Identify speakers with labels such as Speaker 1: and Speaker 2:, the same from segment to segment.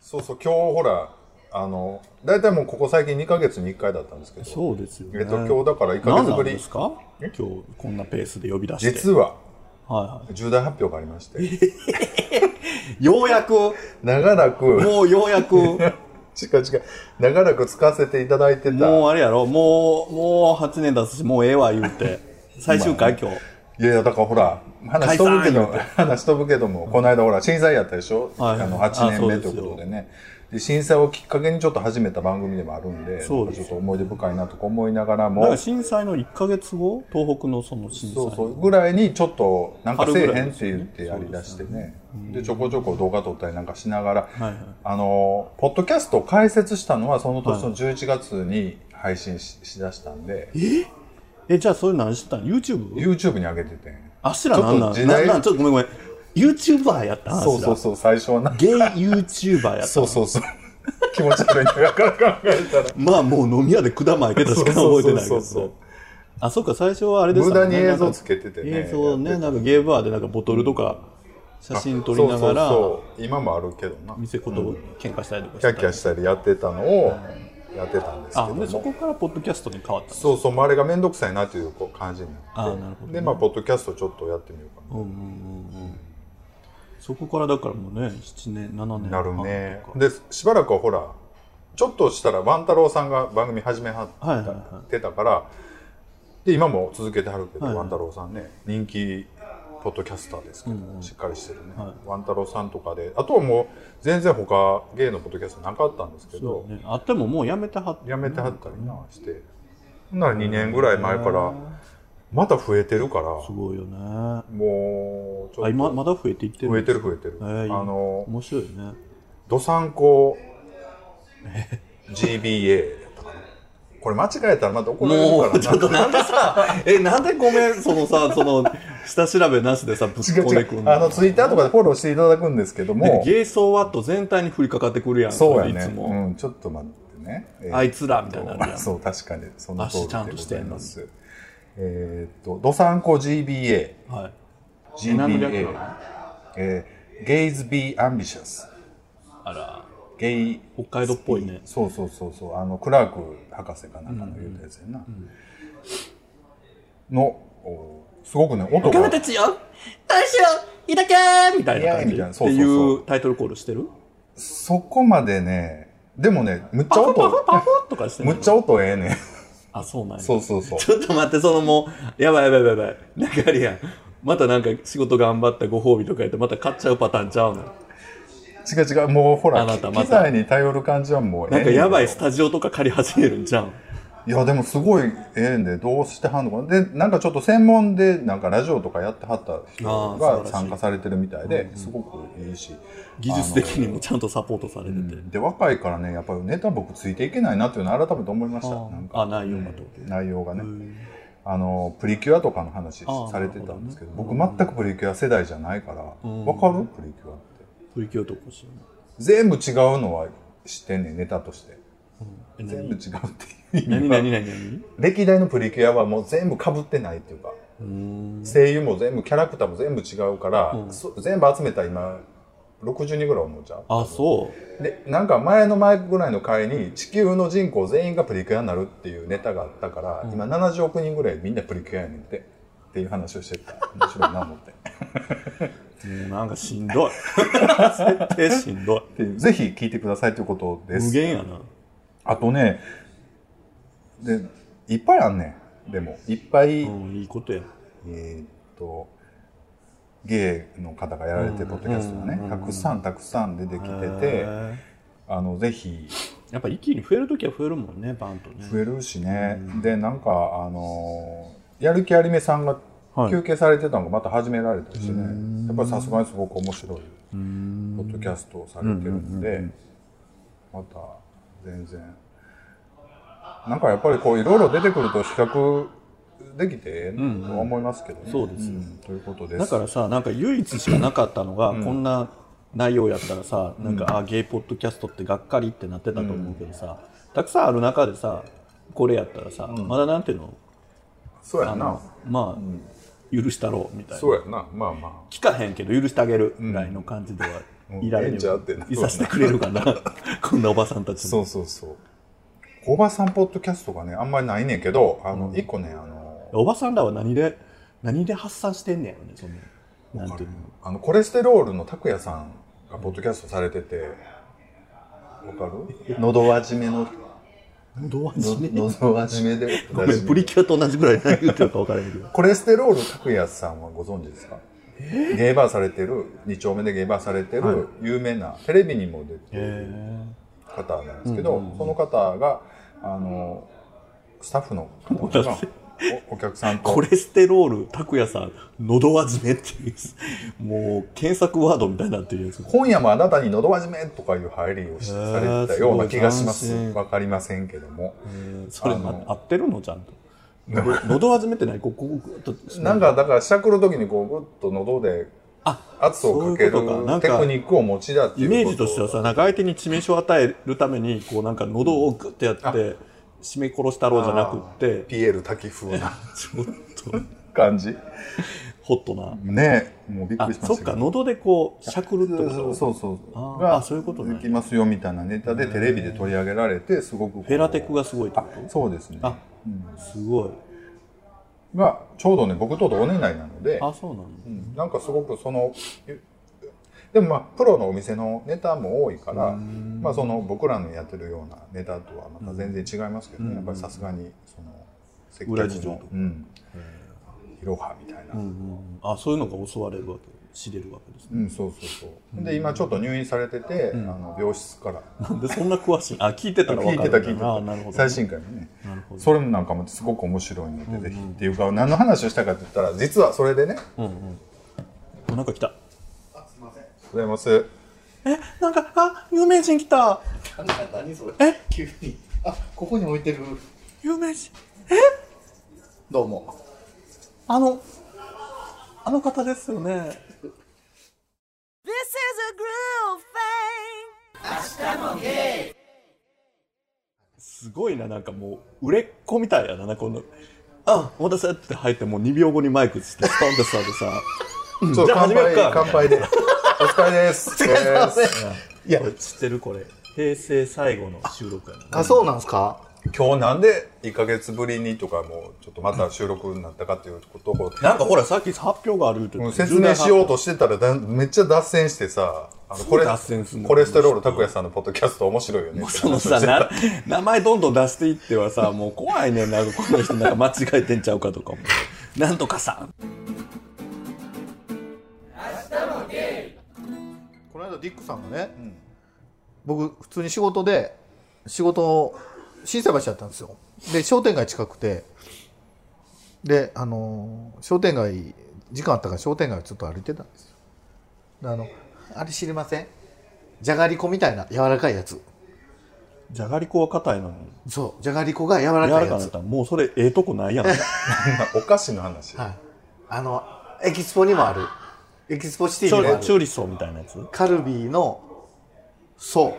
Speaker 1: そうそう、今日ほら、あの、大体もうここ最近2ヶ月に1回だったんですけど、
Speaker 2: そうですよね。
Speaker 1: えっと、今日だから1ヶ
Speaker 2: 何
Speaker 1: 月
Speaker 2: な
Speaker 1: ぶ
Speaker 2: ん
Speaker 1: り
Speaker 2: です、か今日こんなペースで呼び出して。
Speaker 1: 実は
Speaker 2: は
Speaker 1: 重大発表がありまして、
Speaker 2: い、ようやく、
Speaker 1: 長らく、
Speaker 2: もうよう やく、
Speaker 1: 違う違う、長らく使わせていただいてた、
Speaker 2: もうあれやろ、もう、もう8年経つし、もうええわ言うて。最終回今日。
Speaker 1: いやいや、だからほら、話飛ぶけど
Speaker 2: 解散言、
Speaker 1: 話飛ぶけども、この間ほら、震災やったでしょ、
Speaker 2: はい
Speaker 1: あの、8
Speaker 2: あ
Speaker 1: 年
Speaker 2: そう
Speaker 1: 目
Speaker 2: です
Speaker 1: とい
Speaker 2: よ
Speaker 1: うことでね。で震災をきっかけにちょっと始めた番組でもあるんで、
Speaker 2: そうです
Speaker 1: ちょっと思い出深いなとか思いながら
Speaker 2: なん
Speaker 1: も
Speaker 2: か、震災の1ヶ月後、東北のその震災。
Speaker 1: そうそうぐらいにちょっとなんかせえへんって言ってや
Speaker 2: 春
Speaker 1: り
Speaker 2: ぐ
Speaker 1: だ
Speaker 2: らいで
Speaker 1: し
Speaker 2: す
Speaker 1: てねでちょこちょこ動画撮ったりなんかしながら、
Speaker 2: はいはい
Speaker 1: あのポッドキャストを開設したのはその年の11月に配信し,、だしたんで
Speaker 2: え、じゃあそれ何してたん ?YouTube?
Speaker 1: YouTube に上げててん
Speaker 2: あっしらなんなん
Speaker 1: ちょっと時代
Speaker 2: なんなんちょっとごめんごめん。YouTuber やったんあっしら
Speaker 1: そうそうそう最初は な
Speaker 2: ゲイ YouTuber やった
Speaker 1: そうそうそう 気持ち悪いなだから考えたら
Speaker 2: まあもう飲み屋で管巻いてたしか覚えてないけ
Speaker 1: そうそうそう
Speaker 2: ど
Speaker 1: そう
Speaker 2: あそっか最初はあれです
Speaker 1: 無
Speaker 2: から
Speaker 1: 駄
Speaker 2: ね
Speaker 1: に映像つけててね
Speaker 2: 映像
Speaker 1: や
Speaker 2: ね
Speaker 1: って
Speaker 2: なんかゲーバーでなんかボトルとか写真撮りながら
Speaker 1: そうそうそう今もあるけどな
Speaker 2: 店こと喧嘩したりとか
Speaker 1: キャッキャ
Speaker 2: し
Speaker 1: したりやってたのをやってたんですけ
Speaker 2: た
Speaker 1: ど
Speaker 2: あ
Speaker 1: も
Speaker 2: でそこからポッドキャストに変わったの
Speaker 1: そうそう、まああれが面倒くさいなというこう感じになって。
Speaker 2: あーなるほどね
Speaker 1: で、まあ、ポッドキャストちょっとやってみようかな。
Speaker 2: そこからだからもうね7年7年
Speaker 1: なるね。で、しばらくはほら、ちょっとしたら万太郎さんが番組始めはってた,、
Speaker 2: はいはいは
Speaker 1: から、で、今も続けてはるけど、
Speaker 2: はいはい
Speaker 1: 万太郎さんね、人気ポッドキャスターですけど、しっかりしてるね。万太郎さんとかで、あとはもう全然他芸のポッドキャストなかったんですけど、
Speaker 2: ねあってももうやめてはって
Speaker 1: やめてはったりなして、ほんなら2年ぐらい前から、また増えてるから、
Speaker 2: すごいよねあ
Speaker 1: もう、ちょっと。
Speaker 2: 今まだ増えていってる
Speaker 1: 増えてる増えてる、
Speaker 2: えーいい
Speaker 1: あの
Speaker 2: 面白いね
Speaker 1: ドサン コ GBA やったかなこれ間違えたらまた怒られる
Speaker 2: も
Speaker 1: か
Speaker 2: う、ち
Speaker 1: ら
Speaker 2: ょっ
Speaker 1: な
Speaker 2: となんでさ、え、なんでごめん、その さ、その、下調べなしでさ、ぶっ
Speaker 1: 違う
Speaker 2: 込んでく
Speaker 1: 違
Speaker 2: ん
Speaker 1: うあのツイッターとかでフォローしていただくんですけども
Speaker 2: ゲイソーワット全体に降りかかってくるやん、
Speaker 1: そうや
Speaker 2: いつ
Speaker 1: ね、
Speaker 2: も。
Speaker 1: うん、ちょっと待ってね、えー
Speaker 2: あいつらみたいになるやん
Speaker 1: そう確かにその通りで
Speaker 2: あちゃんと
Speaker 1: ご
Speaker 2: して
Speaker 1: ざい
Speaker 2: んの
Speaker 1: ますえーっとドサンコ GBA
Speaker 2: はい。何の
Speaker 1: GBA
Speaker 2: 略なの、
Speaker 1: えー、Gays Be Ambitious
Speaker 2: あら、
Speaker 1: ゲイ
Speaker 2: 北海道っぽいね
Speaker 1: そうそうそうそうあのクラーク博士かなんかの言うたやつやな、のおすごくね音
Speaker 2: 仲間
Speaker 1: が
Speaker 2: たちよ大将いたけーみたいな感
Speaker 1: いやーみたいな
Speaker 2: じ。
Speaker 1: そうそうそう
Speaker 2: っていうタイトルコールしてる
Speaker 1: そこまでねでもねむっちゃ
Speaker 2: パフパフパ
Speaker 1: 音
Speaker 2: フとかしてんの
Speaker 1: むっちゃ音ええね ん
Speaker 2: あ、そうなんや。
Speaker 1: そうそうそう
Speaker 2: ちょっと待って、そのもう、やばいやばいやばいやばい。なんかあれやん。またなんか仕事頑張ったご褒美とか言って、また買っちゃうパターンちゃうの。
Speaker 1: 違う違うもうほら
Speaker 2: あなたまた
Speaker 1: 機材に頼る感じはもうええ
Speaker 2: なんかやばいス
Speaker 1: い
Speaker 2: タジオとか借り始めるんじゃん。
Speaker 1: いやでもすごいええんでどうしてはんのかなでなんかちょっと専門でなんかラジオとかやってはった人
Speaker 2: あー素晴ら
Speaker 1: が
Speaker 2: しい
Speaker 1: 参加されてるみたいですごくいいし
Speaker 2: 技術的にもちゃんとサポートされてて。
Speaker 1: で若いからねやっぱりネタ僕ついていけないなっていうのを改めて思いましたなんか
Speaker 2: あ、内容がと。
Speaker 1: 内容がねあのプリキュアとかの話
Speaker 2: あー
Speaker 1: されてたんですけど僕全くプリキュア世代じゃないから
Speaker 2: ん
Speaker 1: わかるプリキュアって
Speaker 2: プリキュアとかしよう
Speaker 1: 全部違うのは知ってんねんネタとして
Speaker 2: え
Speaker 1: 全
Speaker 2: 何
Speaker 1: 部違うっていう意
Speaker 2: 何
Speaker 1: 味は
Speaker 2: 何何何
Speaker 1: 歴代のプリキュアはもう全部かぶってないっていうか声優も全部キャラクターも全部違うからそ全部集めたら今60人ぐらい思うじゃん
Speaker 2: あ、そう。
Speaker 1: でなんか前の前ぐらいの回に地球の人口全員がプリキュアになるっていうネタがあったから、今70億人ぐらいみんなプリキュアやねんってっていう話をしてた面白いな思ってっ
Speaker 2: もうなんかしんどい。設定しんどい。
Speaker 1: ていうぜひ聞いてくださいということで
Speaker 2: 無
Speaker 1: す
Speaker 2: 限やな。
Speaker 1: あとねでいっぱいあんねんでもいっぱい、
Speaker 2: うん、いいことや。
Speaker 1: えーっと芸の方がやられてるポッドキャストがね、たくさんたくさん出てきてて、
Speaker 2: へ
Speaker 1: あのぜひ
Speaker 2: ーやっぱ一気に増えるときは増えるもんね、バンとね。
Speaker 1: 増えるしね、でなんかあのーやる気ありめさんが
Speaker 2: はい
Speaker 1: 休憩されてたのがまた始められたりしてね、やっぱりさすがにすごく面白いポッドキャストをされてるんで、また全然なんかやっぱりこういろいろ出てくると比較できてええなとは思いますけどね、
Speaker 2: そうです
Speaker 1: んということです
Speaker 2: だからさ、なんか唯一しかなかったのが、こんな内容やったらさ、なんか、あ、ゲイポッドキャストってがっかりってなってたと思うけどさ、たくさんある中でさ、これやったらさ、まだなんていうの
Speaker 1: そうや
Speaker 2: あ
Speaker 1: な
Speaker 2: の、まあ、許したろうみたいな。
Speaker 1: そうやなまあま
Speaker 2: 聞かへんけど許してあげるぐらいの感じでは
Speaker 1: うん
Speaker 2: いら
Speaker 1: ええ
Speaker 2: れ
Speaker 1: んちゃうってな
Speaker 2: るいさせてくれるか なこんなおばさんたち
Speaker 1: そう
Speaker 2: も
Speaker 1: そうそう。おばさんポッドキャストがね、あんまりないねんけど、あの、
Speaker 2: うん
Speaker 1: 一個ね、あの、
Speaker 2: おばさんらは何で何で発散してんねやろねそんななんていうの
Speaker 1: あの、コレステロールの拓也さんがポッドキャストされてて、わかる喉輪締め の、
Speaker 2: どう始め
Speaker 1: の喉輪締めで。
Speaker 2: ごめんプリキュアと同じぐらい何言ってるか分からへんけど
Speaker 1: コレステロール拓也さんはご存知ですかゲイバーされてる、2丁目でゲイバーされて
Speaker 2: はい
Speaker 1: る、有名な、テレビにも出てる
Speaker 2: へ
Speaker 1: 方なんですけど、
Speaker 2: うんうんうん
Speaker 1: その方が、あの、スタッフの方
Speaker 2: 待
Speaker 1: が
Speaker 2: って、
Speaker 1: おお客さんと。
Speaker 2: コレステロール拓也さん喉わじめっていうもう検索ワードみたいになってるやつ
Speaker 1: 今夜もあなたに喉輪締めとかいう入りをし
Speaker 2: へ
Speaker 1: さ
Speaker 2: ー
Speaker 1: れてたような気がしま
Speaker 2: 斬
Speaker 1: す。
Speaker 2: 新
Speaker 1: わかりませんけども。
Speaker 2: それ、
Speaker 1: あ
Speaker 2: ま
Speaker 1: の、
Speaker 2: 合ってるのちゃんと 喉喉わじめってないこうこうグッと
Speaker 1: なんかだからしゃくる時にこうグッと喉で
Speaker 2: あ
Speaker 1: 圧をかける
Speaker 2: そういうことかなんか
Speaker 1: テクニックを持ちだってい
Speaker 2: イ
Speaker 1: うこと
Speaker 2: メージとしてはさなんか相手に致命傷を与えるためにこうなんか喉をグッてやって締め殺したろうじゃなくって
Speaker 1: ピエール滝風な
Speaker 2: ちょっと
Speaker 1: 感じ。
Speaker 2: ホットな
Speaker 1: ねえ、もうびっく
Speaker 2: あ
Speaker 1: りしま
Speaker 2: そっ
Speaker 1: した
Speaker 2: か
Speaker 1: けど。
Speaker 2: 喉でこうしゃくるってこ
Speaker 1: そう
Speaker 2: と
Speaker 1: そうそう。
Speaker 2: あー
Speaker 1: が
Speaker 2: あそういうことね
Speaker 1: できますよみたいなネタでテレビで取り上げられて、すごくこう。
Speaker 2: フェラテクがすごいって
Speaker 1: あ
Speaker 2: こ
Speaker 1: そうですね。
Speaker 2: あとすごい
Speaker 1: が、ちょうどね、僕と同年代なので、
Speaker 2: あそうなの
Speaker 1: うんなんかすごくそのえでもまあプロのお店のネタも多いから、まあ、その僕らのやってるようなネタとはまた全然違いますけどね、やっぱりさすがにその接
Speaker 2: 裏事情とか
Speaker 1: うん、いろはみたいな、う
Speaker 2: うんんうんあそういうのが襲われるわけ知れるわけですね
Speaker 1: そうそうそうで今ちょっと入院されてて、あの病室から
Speaker 2: なん でそんな詳しいあ聞いてたら
Speaker 1: 聞
Speaker 2: 分
Speaker 1: い
Speaker 2: か
Speaker 1: て
Speaker 2: る
Speaker 1: た聞いて
Speaker 2: あ
Speaker 1: た
Speaker 2: なるほど
Speaker 1: 最新回のね
Speaker 2: なるほど
Speaker 1: それもなんかもすごく面白いので、ぜひっていうか何の話をしたかって言ったら実はそれでね
Speaker 2: うんうんあなんか来た
Speaker 1: ございます
Speaker 2: えなんかあ有名人来た
Speaker 3: なんか何それえ急にあここに置いてる
Speaker 2: 有名人
Speaker 3: どうも
Speaker 2: あのあの方ですよね
Speaker 4: This is a groove thing.
Speaker 2: すごいな、なんかもう、売れっ子みたいやな、この、あ、お待たせって入って、もう2秒後にマイクつって、スタンドスターでさ、うん
Speaker 1: ちょっ
Speaker 2: じ
Speaker 1: と
Speaker 2: ゃあ
Speaker 1: 乾
Speaker 2: 始めよう
Speaker 1: 杯
Speaker 2: か。
Speaker 1: 乾杯で お疲れですお疲れ
Speaker 3: いや
Speaker 2: これ知ってるこれ。平成最後の収録やな。
Speaker 3: あそうなんすか
Speaker 1: 今日なんで1か月ぶりにとかもうちょっとまた収録になったかっていうことを
Speaker 2: なんかほら、さっき発表があるって言
Speaker 1: も
Speaker 2: っ
Speaker 1: う
Speaker 2: て
Speaker 1: 説明しよう
Speaker 2: う。
Speaker 1: としてたらだめっちゃ脱線してさあのこれ
Speaker 2: 脱線すんの
Speaker 1: コレステロール拓也さんのポッドキャスト面白いよね
Speaker 2: そのさ、な、名前どんどん出していってはさ、もう怖いねんな、この人なんか間違えてんちゃうかとかも。 なんとかさん。
Speaker 3: この間ディックさんがね、僕普通に仕事で仕事を心斎橋やったんですよで商店街近くてであのー商店街時間あったから商店街をちょっと歩いてたんですよであのあれ知りませんじゃがりこみたいな柔らかいやつ
Speaker 2: じゃがりこは硬いのに。
Speaker 3: そうじゃがりこが柔ら
Speaker 2: 柔
Speaker 3: からい
Speaker 2: か
Speaker 3: や
Speaker 2: になっ
Speaker 3: つ
Speaker 2: たら、もう それ、ええとこないやん。
Speaker 1: お菓子の話
Speaker 3: はいあのエキスポにもあるエキスポシティ
Speaker 2: チ
Speaker 3: にもあ
Speaker 2: ョ
Speaker 3: る
Speaker 2: チョリソーみたいなやつ
Speaker 3: カルビーのそう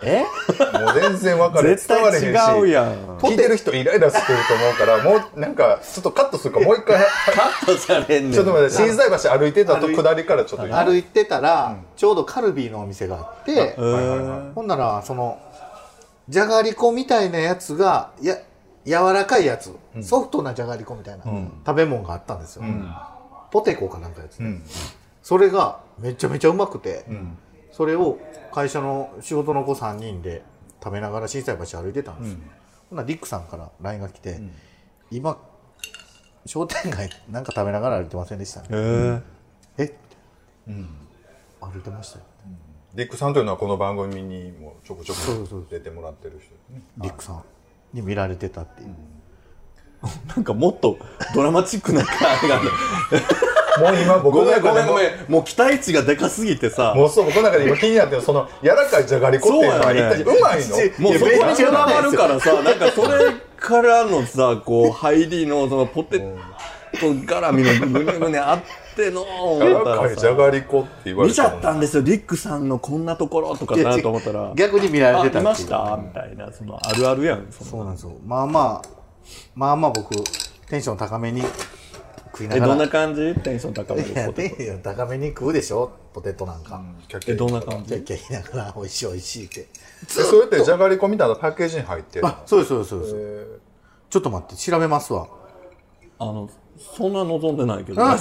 Speaker 3: え
Speaker 1: もう全然分かる
Speaker 2: 絶
Speaker 1: 伝われへんし
Speaker 2: 対違うやん。
Speaker 1: 聞いてる人イライラしてると思うからもうなんかちょっとカットするからもう一回
Speaker 2: カットされんねん。
Speaker 1: ちょっと待って心斎橋歩いてたと下りからちょっと今
Speaker 3: 歩いてたら、ちょうどカルビーのお店があって
Speaker 2: え
Speaker 1: はいはいはい
Speaker 2: ー
Speaker 3: ほんならそのじゃがりこみたいなやつがや柔らかいやつ、ソフトなじゃがりこみたいな、食べ物があったんですよ、ポテコかなんかやつ、
Speaker 1: ん
Speaker 3: それがめちゃめちゃうまくて、
Speaker 1: ん
Speaker 3: それを会社の仕事の子3人で食べながら心斎橋歩いてたんですよ、ほんならリックさんから LINE が来て、今商店街なんか食べながら歩いてませんでしたね
Speaker 2: えー
Speaker 3: えって、歩いてましたよ
Speaker 1: ディックさんというのはこの番組にもちょこちょこ
Speaker 3: そうそう
Speaker 1: 出てもらってる人ですね
Speaker 3: リックさんに見られてたっていう、
Speaker 2: なんかもっとドラマチックな感じがある。
Speaker 1: もう今僕
Speaker 2: ご
Speaker 1: の
Speaker 2: めん
Speaker 1: 中
Speaker 2: ご
Speaker 1: で
Speaker 2: めん
Speaker 1: も
Speaker 2: ごめん。もう期待値がでかすぎてさ。
Speaker 1: もうそう僕の中で今気になってるその柔らかいじゃがりこっていうのは
Speaker 2: そう
Speaker 1: 一
Speaker 2: やね
Speaker 1: 体うまいの
Speaker 3: ち
Speaker 2: もうそこ
Speaker 3: い
Speaker 2: に
Speaker 3: やめっちゃ
Speaker 2: 絡
Speaker 3: うまい
Speaker 2: ま
Speaker 3: です
Speaker 2: る
Speaker 3: よ
Speaker 2: からさ、なんかそれからのさ、こう、入りの、そのポテト絡みのぐねぐねあっての、
Speaker 1: 柔
Speaker 2: 思
Speaker 1: ら
Speaker 2: った
Speaker 1: からいじゃ
Speaker 2: さ。
Speaker 1: がりこって言われ
Speaker 2: 見
Speaker 1: て
Speaker 2: ち
Speaker 1: も
Speaker 2: ゃったんですよ、リックさんのこんなところとか
Speaker 3: いや
Speaker 2: な
Speaker 3: 違う
Speaker 2: と思ったら。
Speaker 3: 逆に見られ
Speaker 2: あ、
Speaker 3: てたってい
Speaker 2: いうましたみたいな、そのあるあるやん。その
Speaker 3: そうなんですよまあまあまあまあ僕テンション高めに食いな
Speaker 2: え
Speaker 3: が
Speaker 2: ど
Speaker 3: ら
Speaker 2: んな感じテンション高め
Speaker 3: い
Speaker 2: る
Speaker 3: や
Speaker 2: ポテ
Speaker 3: でよ高めに食うでしょポテトなんか、
Speaker 1: キャッキ
Speaker 2: ト
Speaker 1: ャ
Speaker 2: えどん
Speaker 1: え
Speaker 2: な感
Speaker 3: キ
Speaker 2: じ
Speaker 3: ャッキャ言いながら美味しい美味しいって
Speaker 1: それってじゃがりこみたいなパッケージに入ってる
Speaker 3: あそうですそうですそうです、ちょっと待って調べますわ
Speaker 2: あのそんな望んでないけど
Speaker 3: あ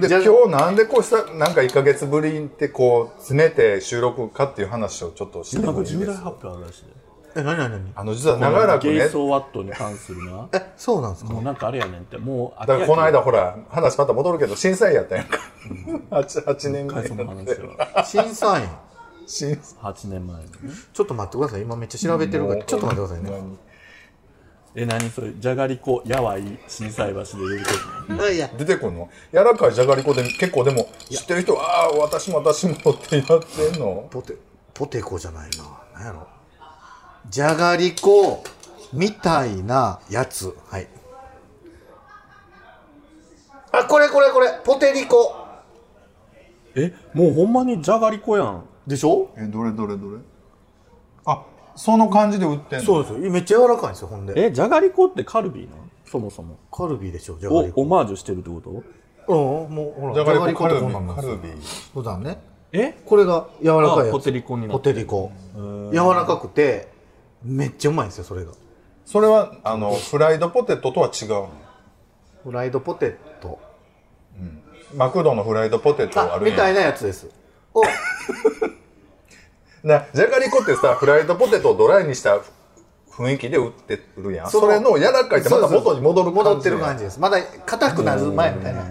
Speaker 1: で
Speaker 3: じゃ
Speaker 1: 今日なんでこうしたなんか1か月ぶりってこう詰めて収録かっていう話をちょっとして
Speaker 2: なん
Speaker 1: もい
Speaker 2: か
Speaker 1: い
Speaker 2: 重
Speaker 1: で
Speaker 2: 大
Speaker 1: す
Speaker 2: 発表あるらしいで
Speaker 3: え何何何
Speaker 1: あの実は長らく
Speaker 2: ゲ
Speaker 1: ね
Speaker 2: イソーワットに関するな
Speaker 3: えそうなんですか
Speaker 2: もうなんかあれやねんってもう
Speaker 1: だからこの間ほら話また戻るけど震災やったやんか 8, 8年前
Speaker 2: 回その
Speaker 1: やっ
Speaker 2: 話
Speaker 1: て
Speaker 2: は
Speaker 3: 審査員
Speaker 1: 震
Speaker 2: 8年前のね
Speaker 3: ちょっと待ってください今めっちゃ調べてるからちょっと待ってくださいね
Speaker 2: え何それじゃがりこやわい心斎橋で出てくる
Speaker 3: いやいや
Speaker 1: 出てくるの柔らかいじゃがりこで結構でも知ってる人はああ私も私もってやってんの
Speaker 3: ポテポテコじゃないな何やろじゃがりこみたいなやつはいあこれこれこれポテリコ
Speaker 2: えもうほんまにじゃがりこやん
Speaker 3: でしょ
Speaker 1: えどれどれどれあその感じで売ってんの
Speaker 3: そうですよめっちゃ柔らかいんですよほんで
Speaker 2: えじゃがりこってカルビーなのそもそも
Speaker 3: カルビーでしょじゃがり
Speaker 2: を
Speaker 3: こ
Speaker 2: オマージュしてるってこと
Speaker 3: うんもうほら
Speaker 1: じゃがりこカルビ
Speaker 3: じゃがりこってこんな
Speaker 1: ー
Speaker 3: んで
Speaker 1: カ
Speaker 3: す
Speaker 1: ル
Speaker 3: よ
Speaker 1: ビー
Speaker 3: 普段ね
Speaker 2: え
Speaker 3: これが柔らかいやつ
Speaker 2: あポテリコにな
Speaker 3: ポ
Speaker 2: って
Speaker 3: テリコ柔らかくてめっちゃうまいんですよそれが
Speaker 1: それはあのフライドポテトとは違うの
Speaker 3: フライドポテト
Speaker 1: マクドのフライドポテトあ
Speaker 3: あ
Speaker 1: る
Speaker 3: み
Speaker 1: やん
Speaker 3: たいなやつですお
Speaker 1: なじゃがりこってさフライドポテトをドライにした雰囲気で売ってるやんそ
Speaker 3: そう
Speaker 1: れの柔らかいってまた元に戻る
Speaker 3: 戻ってる
Speaker 1: やん
Speaker 3: 感じですまだ硬くなる前みたいな
Speaker 2: 行っ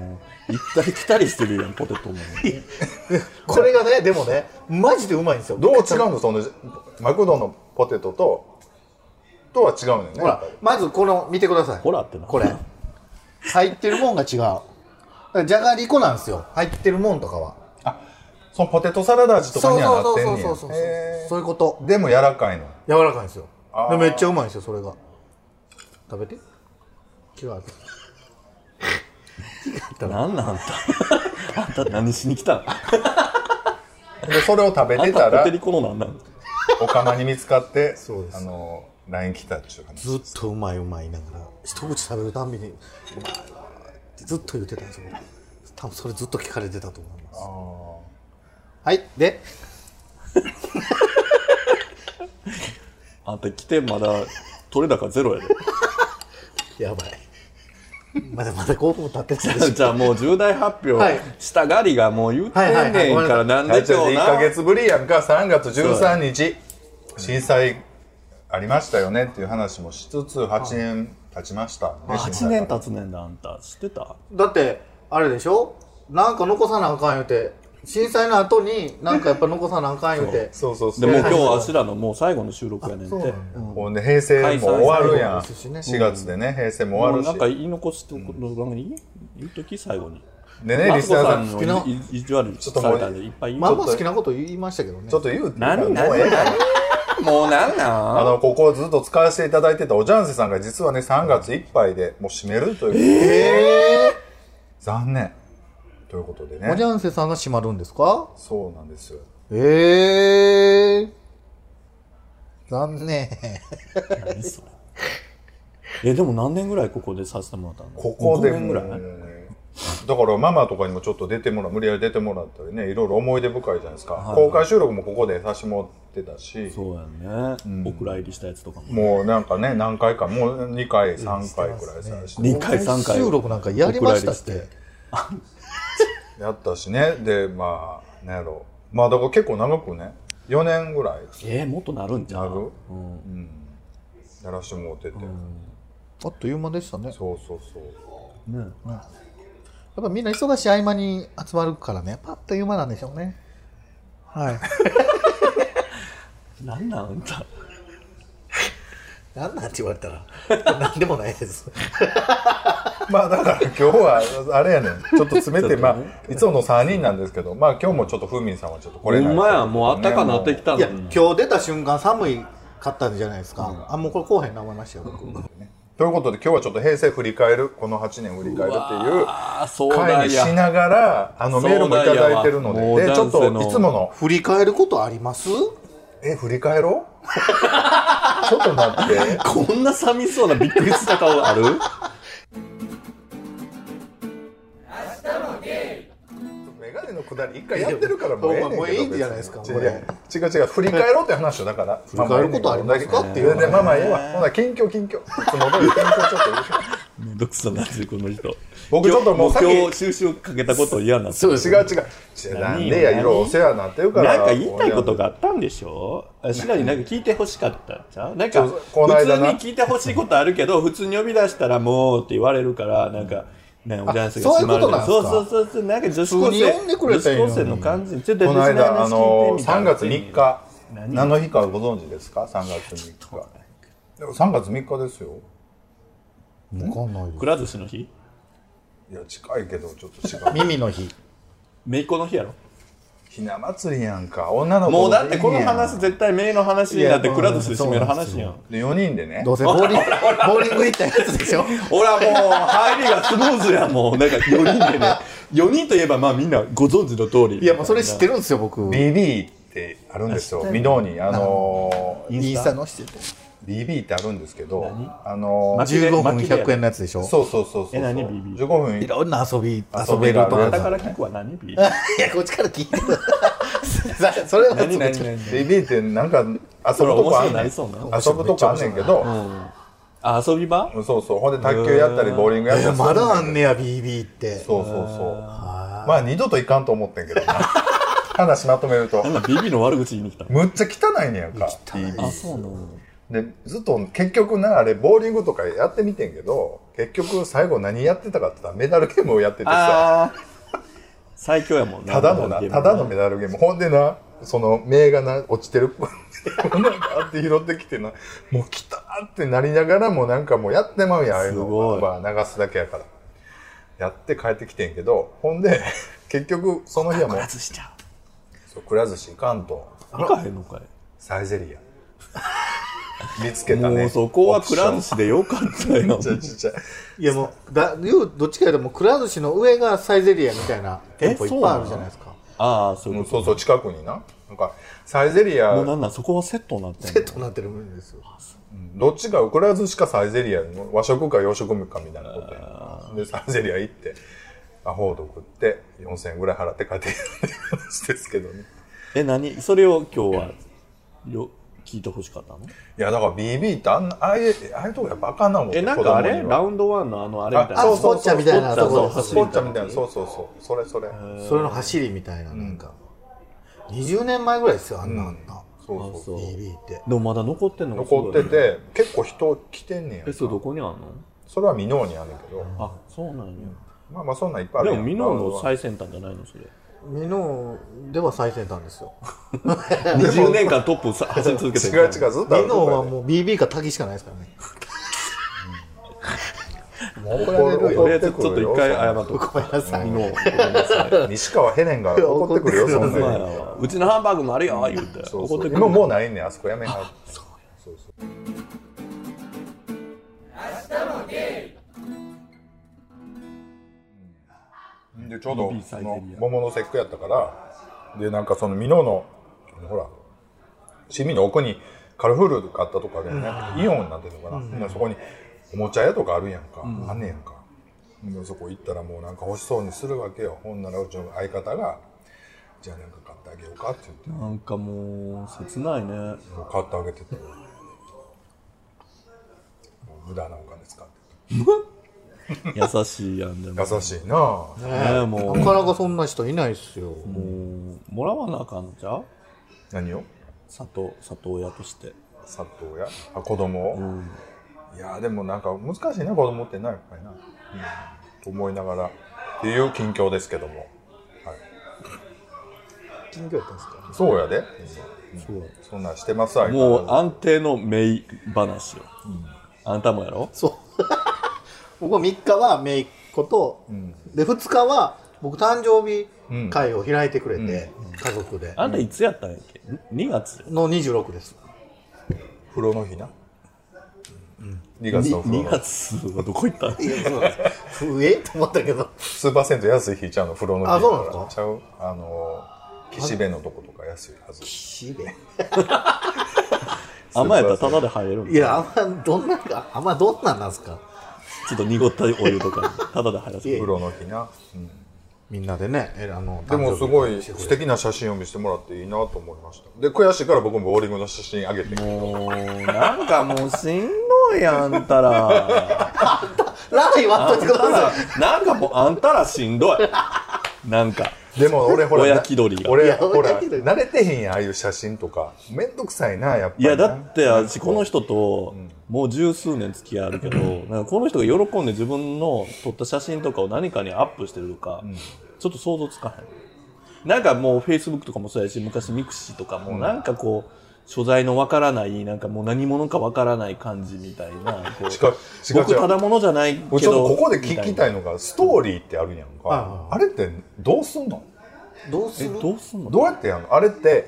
Speaker 2: たり来たりしてるやんポテトも
Speaker 3: これがねでもねマジでうまいんですよ
Speaker 1: どう違うのそのマクドのポテトととは違うのよね
Speaker 3: ほ
Speaker 1: やっ
Speaker 3: ら
Speaker 1: ぱり
Speaker 3: まずこの見てください
Speaker 2: ほらってな
Speaker 3: これ入ってるもんが違うだからじゃがりこなんですよ入ってるもんとかは
Speaker 1: そのポテトサラダ味とかにはなってんねん
Speaker 3: そうそうそうそうそう
Speaker 1: へ
Speaker 3: そういうこと
Speaker 1: ーでも柔らかいの
Speaker 3: 柔らかいんですよ
Speaker 1: あー
Speaker 3: でめっちゃうまいんですよそれが食べて違う
Speaker 2: なんなんあんたあんた何しに来たんあ
Speaker 1: でそれを食べて
Speaker 2: ん
Speaker 1: た
Speaker 2: たポ
Speaker 1: ら
Speaker 2: テリコのなんなん
Speaker 1: お釜に見つかって
Speaker 3: そうです
Speaker 1: あの LINE 来たっていう話
Speaker 3: ずっとうまいうまい言いながら一口食べるたんびにうまいわってずっと言ってたんですよ多分それずっと聞かれてたと思いますはいで
Speaker 2: あんた来てまだ取れ高ゼ ロやで
Speaker 3: やばいまだまだ5分経ってたでしょ
Speaker 2: じゃあもう重大発
Speaker 3: はい
Speaker 2: 表したがりがもう言ってんねんからなん
Speaker 1: 大
Speaker 2: で
Speaker 1: 丈
Speaker 2: 今
Speaker 1: 夫1
Speaker 2: 日な
Speaker 1: か月ぶりやんか3月13日震災ありましたよねっていう話もしつつ8年経ちました、ね、
Speaker 2: 8年経つねんだあんた知ってた
Speaker 3: だってあれでしょなんか残さなあかん言うて震災の後になんかやっぱ残さなあかん言う て
Speaker 1: そうそうそう
Speaker 2: でもう今日
Speaker 1: は
Speaker 2: あしらのもう最後の収録やねんて
Speaker 3: そうなんや
Speaker 1: もうね平成も終わるやん
Speaker 3: 解散最後ですしね
Speaker 1: 4月でね平成も
Speaker 2: も
Speaker 1: 終
Speaker 2: うな
Speaker 1: わ
Speaker 2: ん
Speaker 1: る
Speaker 2: か
Speaker 1: し
Speaker 2: 言い残しておくの番組言うとき最後に
Speaker 1: でね
Speaker 2: マ
Speaker 1: リ
Speaker 2: ツ
Speaker 1: ス
Speaker 2: コ
Speaker 1: ナー
Speaker 2: さ
Speaker 1: さ
Speaker 2: ん
Speaker 1: ん
Speaker 2: のいい意地悪い
Speaker 1: っとも
Speaker 2: さ
Speaker 1: う
Speaker 2: れたんでいっぱい言う
Speaker 3: まあ
Speaker 2: と
Speaker 3: まあ好きなこと言いましたけどね
Speaker 1: ちょっと言うて
Speaker 2: 何
Speaker 1: もうええやん
Speaker 2: 何もうなんなん
Speaker 1: あのここをずっと使わせていただいてたおじゃんせさんが実はね3月いっぱいでもう閉めるという、残念ということで
Speaker 3: お
Speaker 1: ね
Speaker 3: じゃんせさんが閉まるんですか
Speaker 1: そうなんですよ
Speaker 3: ええ残念。
Speaker 2: 何それえでも何年ぐらいここでさせてもらったの
Speaker 1: ここで
Speaker 2: 5年
Speaker 1: も
Speaker 2: ぐ
Speaker 1: う
Speaker 2: らい
Speaker 1: だからママとかにもちょっと出てもらう無理やり出てもらったりねいろいろ思い出深いじゃないですか、
Speaker 2: い
Speaker 1: 公開収録もここでさしてもらってたし
Speaker 2: そうやね、お蔵入りしたやつとかも
Speaker 1: もうなんかね何回かもう2回3回くらいさして
Speaker 2: 2回3回
Speaker 3: 収録なんかやりましたっ
Speaker 2: お蔵入
Speaker 3: て
Speaker 2: り。し
Speaker 1: やったしねでまあなんやろまあだから結構長くね4年ぐらい
Speaker 2: てえもっとなるんじゃ
Speaker 1: なる、
Speaker 2: ん
Speaker 1: うんやらしてもらってて、
Speaker 3: あっという間でしたね。やっ
Speaker 1: そうそうそう
Speaker 2: ね
Speaker 3: ぱみんな忙しい合間に集まるからね、パッという間なんでしょうね。はい。
Speaker 2: なんなんあんた
Speaker 3: なんなんて言われたら、 なんでもないです。
Speaker 1: まあだから今日はあれやねんちょっと詰めて、まあいつもの3人なんですけどまあ今日もちょっとふみんさんはちょっとこ
Speaker 2: ほ
Speaker 1: れない
Speaker 2: んまやもうあったかなってきた
Speaker 3: いや、
Speaker 2: の
Speaker 3: 今
Speaker 2: に
Speaker 3: 日出た瞬間寒いかったんじゃないですか。あ、もうこれこうへんな思いましたよ、僕。
Speaker 1: ということで今日はちょっと平成振り返るこの8年振り返るっていう
Speaker 2: ああそうだ
Speaker 1: 会にし
Speaker 2: や
Speaker 1: ながらあのメールもいただいてるの
Speaker 2: そうだ
Speaker 1: で
Speaker 2: よ
Speaker 1: でちょっ
Speaker 2: も
Speaker 1: と
Speaker 2: う男性の
Speaker 1: いつもの
Speaker 3: 振り返ることあります
Speaker 1: え振り返ろ うちょっと待って
Speaker 2: こんな寂しそうなびっくりした顔ある
Speaker 1: くだり一回やってるからもうええねんけど
Speaker 3: もうもういいんじゃないですか
Speaker 1: 別に
Speaker 3: これ
Speaker 1: 違う違う振り返ろうって話よだから振
Speaker 3: り返ることありますかっていう
Speaker 1: まあまあええわほな近況近況ちょっと戻る近況ちょっと言う
Speaker 2: めんどくさなんですよこの人
Speaker 1: 僕ちょっともうさ
Speaker 2: 今
Speaker 1: っ
Speaker 2: 日
Speaker 1: き
Speaker 2: もう今日収集かけたこと嫌になって
Speaker 3: そうです
Speaker 1: 違う違う違うなんでやいろいろお世話になってるから
Speaker 2: なんか言いたいことがあったんでしょしなりなんか聞いてほしかったんちゃうなんか
Speaker 1: そう
Speaker 2: 普
Speaker 1: この
Speaker 2: 通
Speaker 1: 間
Speaker 2: に
Speaker 1: な
Speaker 2: 聞いてほしいことあるけど普通に呼び出したらもうって言われるからなんか。ね、おじゃんすが閉まる
Speaker 3: あそういうことなんすか
Speaker 2: そうそうそうそうなんか女子高
Speaker 3: 普通に呼
Speaker 2: 生
Speaker 3: んでくれ
Speaker 2: 女
Speaker 3: たら
Speaker 2: 子
Speaker 3: いいの
Speaker 2: 高
Speaker 3: に
Speaker 2: 生の感じちょっと
Speaker 1: この
Speaker 2: 私
Speaker 1: 間あ
Speaker 2: 話聞
Speaker 1: の
Speaker 2: いてみたい
Speaker 1: 3
Speaker 2: な
Speaker 1: 月3日
Speaker 2: 何
Speaker 1: 何の日かご存知ですか3月3日でも3月3日ですよ
Speaker 3: わかんないです
Speaker 2: くら寿司の日
Speaker 1: いや近いけどちょっと違う
Speaker 3: 耳の日
Speaker 2: めいっ子の日やろ
Speaker 1: ひな祭りやんか女の子
Speaker 2: もうだってこの
Speaker 1: いいやん
Speaker 2: 話絶対めいの話になって
Speaker 3: いや
Speaker 2: くら寿司で締める
Speaker 3: そうなんで
Speaker 2: 話
Speaker 3: す
Speaker 2: やん
Speaker 3: よ
Speaker 1: で4人でね
Speaker 3: どうせボーリングボーリング行ったやつでしょ
Speaker 2: 俺はもう入りがスムーズやもうなんか4人 でね4人といえばまあみんなご存知の通り
Speaker 3: いやもうそれ知ってるんですよ僕
Speaker 1: BB ってあるんですよ御堂にあのー
Speaker 3: インスタのしてて
Speaker 1: BB ってあるんですけどあのー
Speaker 2: マジ
Speaker 3: 15分
Speaker 2: 巻きで
Speaker 3: 100円のやつでしょ
Speaker 1: そうそうそうそう
Speaker 2: え何 BB
Speaker 1: 15分
Speaker 3: いろんな遊び遊
Speaker 1: 遊び
Speaker 3: べる
Speaker 1: があ
Speaker 3: と
Speaker 1: る
Speaker 3: か
Speaker 2: だから聞くは何ビー
Speaker 3: いやこっちから聞いて るそれは
Speaker 2: 何何
Speaker 3: それ
Speaker 2: 何
Speaker 1: BB ってなんか遊ぶ
Speaker 2: それ
Speaker 1: とこ
Speaker 2: 面
Speaker 1: あん
Speaker 2: 白い
Speaker 1: ねん
Speaker 2: なり
Speaker 1: 遊
Speaker 2: そうな
Speaker 1: ぶとこあんねんけど
Speaker 2: あ遊び場
Speaker 1: そうそうほんで卓球やったりボーリングやった
Speaker 3: え
Speaker 1: り
Speaker 3: まだあんねや BB って
Speaker 1: そうそうそうまあ二度といかんと思ってんけどな話まとめると
Speaker 2: なんかビビの悪口言いに来た
Speaker 1: むっちゃ汚いねやんか BB
Speaker 2: あそうなの
Speaker 1: でずっと結局なあれボーリングとかやってみてんけど結局最後何やってたかって言ったらメダルゲームをやっててさ
Speaker 2: ああ最強やもん
Speaker 1: ただのなただのメダルゲームほんでなその名がな落ちてる なんかあって拾ってきてなもう来たってなりながらもなんかもうやってまうやんああいう
Speaker 2: すご
Speaker 1: の
Speaker 2: い
Speaker 1: まあ流すだけやからやって帰ってきてんけどほんで 結局その日はもう
Speaker 2: 外しちゃ
Speaker 1: そうくら寿司関東
Speaker 2: う行かへんのかい
Speaker 1: サイゼリア見つけたね
Speaker 2: もうそこはくら寿司でよかった よ
Speaker 1: ちっちゃいちっちゃい
Speaker 3: いやもうだいうどっちかいうともうくら寿司の上がサイゼリアみたいな店舗いっぱいあるじゃないですか
Speaker 2: ああそういううんこ
Speaker 1: そうそう近くにななんかサイゼリ
Speaker 2: ともう
Speaker 1: ア
Speaker 2: なんなんそこはセットになってん
Speaker 3: セ
Speaker 2: の
Speaker 3: ットになってるんですよ
Speaker 1: どっちかくら寿司かサイゼリアの和食か洋食かみたいなことやなでサイゼリア行ってアホード食って4000円ぐらい払って帰ってきたって話ですけどね
Speaker 2: え何それを今日はよ聞いてほしかったの
Speaker 1: いやだから BB ってあんなああいうああいうとこやバカなもん
Speaker 2: えなんかあれラ
Speaker 1: ン
Speaker 2: ウンドワンのあのあれみ
Speaker 1: あ
Speaker 2: たいな
Speaker 1: そうそう
Speaker 3: スポッチャみたいなところ
Speaker 1: そうスポッチャみたいなそうそうそうそれそれ
Speaker 3: それの走りみたいななんか20年前ぐらいですよあんなあんな
Speaker 1: そうそう
Speaker 2: そう
Speaker 3: BB って
Speaker 2: でもまだ残ってんのがすご
Speaker 1: 残
Speaker 2: い
Speaker 1: ってて結構人来てんねんやん
Speaker 2: え
Speaker 1: か
Speaker 2: それどこにあんの
Speaker 1: それはミノーにあるんだけど
Speaker 2: あそうなんや
Speaker 1: まあまあそんなんいっぱいある
Speaker 2: で
Speaker 1: やん
Speaker 2: もミノーの最先端じゃないのそれ
Speaker 3: ミノーでは最先端ですよ
Speaker 2: 20年間トップさ走り続けて
Speaker 1: 違う違うずっとあるとこや で
Speaker 3: ミノーはもう BB か滝しかないですからね
Speaker 1: 怒られるよ
Speaker 2: とりあえずちょっと一回謝っとく
Speaker 3: ごめんなさい
Speaker 2: ミノーごめんなさい
Speaker 1: 西川ヘレンが怒ってくるよ、そん
Speaker 2: ほんま
Speaker 1: な
Speaker 2: や
Speaker 1: に。
Speaker 2: わうちのハンバーグもあるよ言うて
Speaker 1: そう
Speaker 2: 怒
Speaker 1: そ
Speaker 2: っ
Speaker 1: う
Speaker 2: てく
Speaker 1: 今
Speaker 2: る
Speaker 1: もうないねんあそこやめはるそうそう明日もゲイでちょうど
Speaker 2: BB
Speaker 1: そ
Speaker 2: サイゼリ
Speaker 1: の
Speaker 2: ア
Speaker 1: 桃の節句やったからでなんかその美濃のほら市民の奥にカルフール買ったとかでね、イオンになってるのかな、ほんならそこにおもちゃ屋とかあるやんか、あんねやんかほんでそこ行ったらもうなんか欲しそうにするわけよほんならうちの相方が「じゃあなんか買ってあげようか」って言って
Speaker 2: なんかもう切ないね
Speaker 1: もう買ってあげてたよもう無駄なお金使って
Speaker 2: 優しいやんで も
Speaker 1: た優しいなあ
Speaker 2: ねも
Speaker 3: なかなかそんな人いないですよ
Speaker 2: うもうもらわなあかんのじゃう
Speaker 1: 何を
Speaker 2: 里里親として
Speaker 1: 砂糖やあ子供を、いやでもなんか難しいな子供ってなやっぱりな、うん、と思いながらっていう近況ですけども、はい、
Speaker 3: 近況やったんですか
Speaker 1: そうやで、
Speaker 2: そうや
Speaker 1: そんなんしてますわ
Speaker 2: もう
Speaker 1: 相
Speaker 2: 安定のメイ話よあんたもやろ
Speaker 3: そう僕は3日は姪っ子と、で2日は僕誕生日会を開いてくれて、家族で、
Speaker 2: あんたいつやったんやっけ2月
Speaker 3: の26です
Speaker 1: 風呂の日な、うん、2月の風
Speaker 2: 2
Speaker 1: 呂の
Speaker 2: 月はどこ行った ん
Speaker 3: いやそうなんです 上と思った けど
Speaker 1: 数パーセント安い日ちゃうの風呂の日
Speaker 3: あそうなんですか
Speaker 1: やらちゃうあのー岸辺のとことか安いはず
Speaker 3: 岸辺
Speaker 2: 甘やったらタダで入れるん
Speaker 3: いやあんまどんなんかあんまどんなんなんすか
Speaker 2: ちょっと濁ったお湯とかタダで入らせ
Speaker 3: いや
Speaker 2: る
Speaker 1: 風呂の日な、うん
Speaker 3: みんなでね、えあの、
Speaker 1: でもすごい
Speaker 3: 誕生日
Speaker 1: 素敵な写真を見せてもらっていいなと思いました。で、悔しいから僕もボーリングの写真あげて。
Speaker 2: もう、なんかもうしんどいやんた ら。
Speaker 3: ラーイ割っといてください。
Speaker 2: なんかもう、あんたらしんどい。なんか。
Speaker 1: でも俺ほら、
Speaker 2: 親気取りが
Speaker 1: 俺
Speaker 3: や
Speaker 1: ほ
Speaker 3: 親
Speaker 1: ら、
Speaker 3: 気取り
Speaker 1: 慣れてへんやん、ああいう写真とか。めんどくさいな、やっぱ
Speaker 2: い
Speaker 1: りな。
Speaker 2: や、だって、私、この人と、もう十数年付き合いあるけど、なんかこの人が喜んで自分の撮った写真とかを何かにアップしてるとか、ちょっと想像つかへん。なんかもう、Facebook とかもそうやし、昔ミクシーとかも、なんかこう、所在のわからない、なんかもう何者かわからない感じみたいな、こう
Speaker 1: 近い近い
Speaker 2: 僕ただ者じゃないけ
Speaker 1: も
Speaker 2: ど、
Speaker 1: うちょっとここで聞き
Speaker 2: み
Speaker 1: た
Speaker 2: ない
Speaker 1: のが、ストーリーってあるやんか。
Speaker 3: は
Speaker 1: あれってどうすんの
Speaker 3: どうす
Speaker 2: え、
Speaker 3: る
Speaker 2: どうすんの
Speaker 1: どうやってやんのあれって、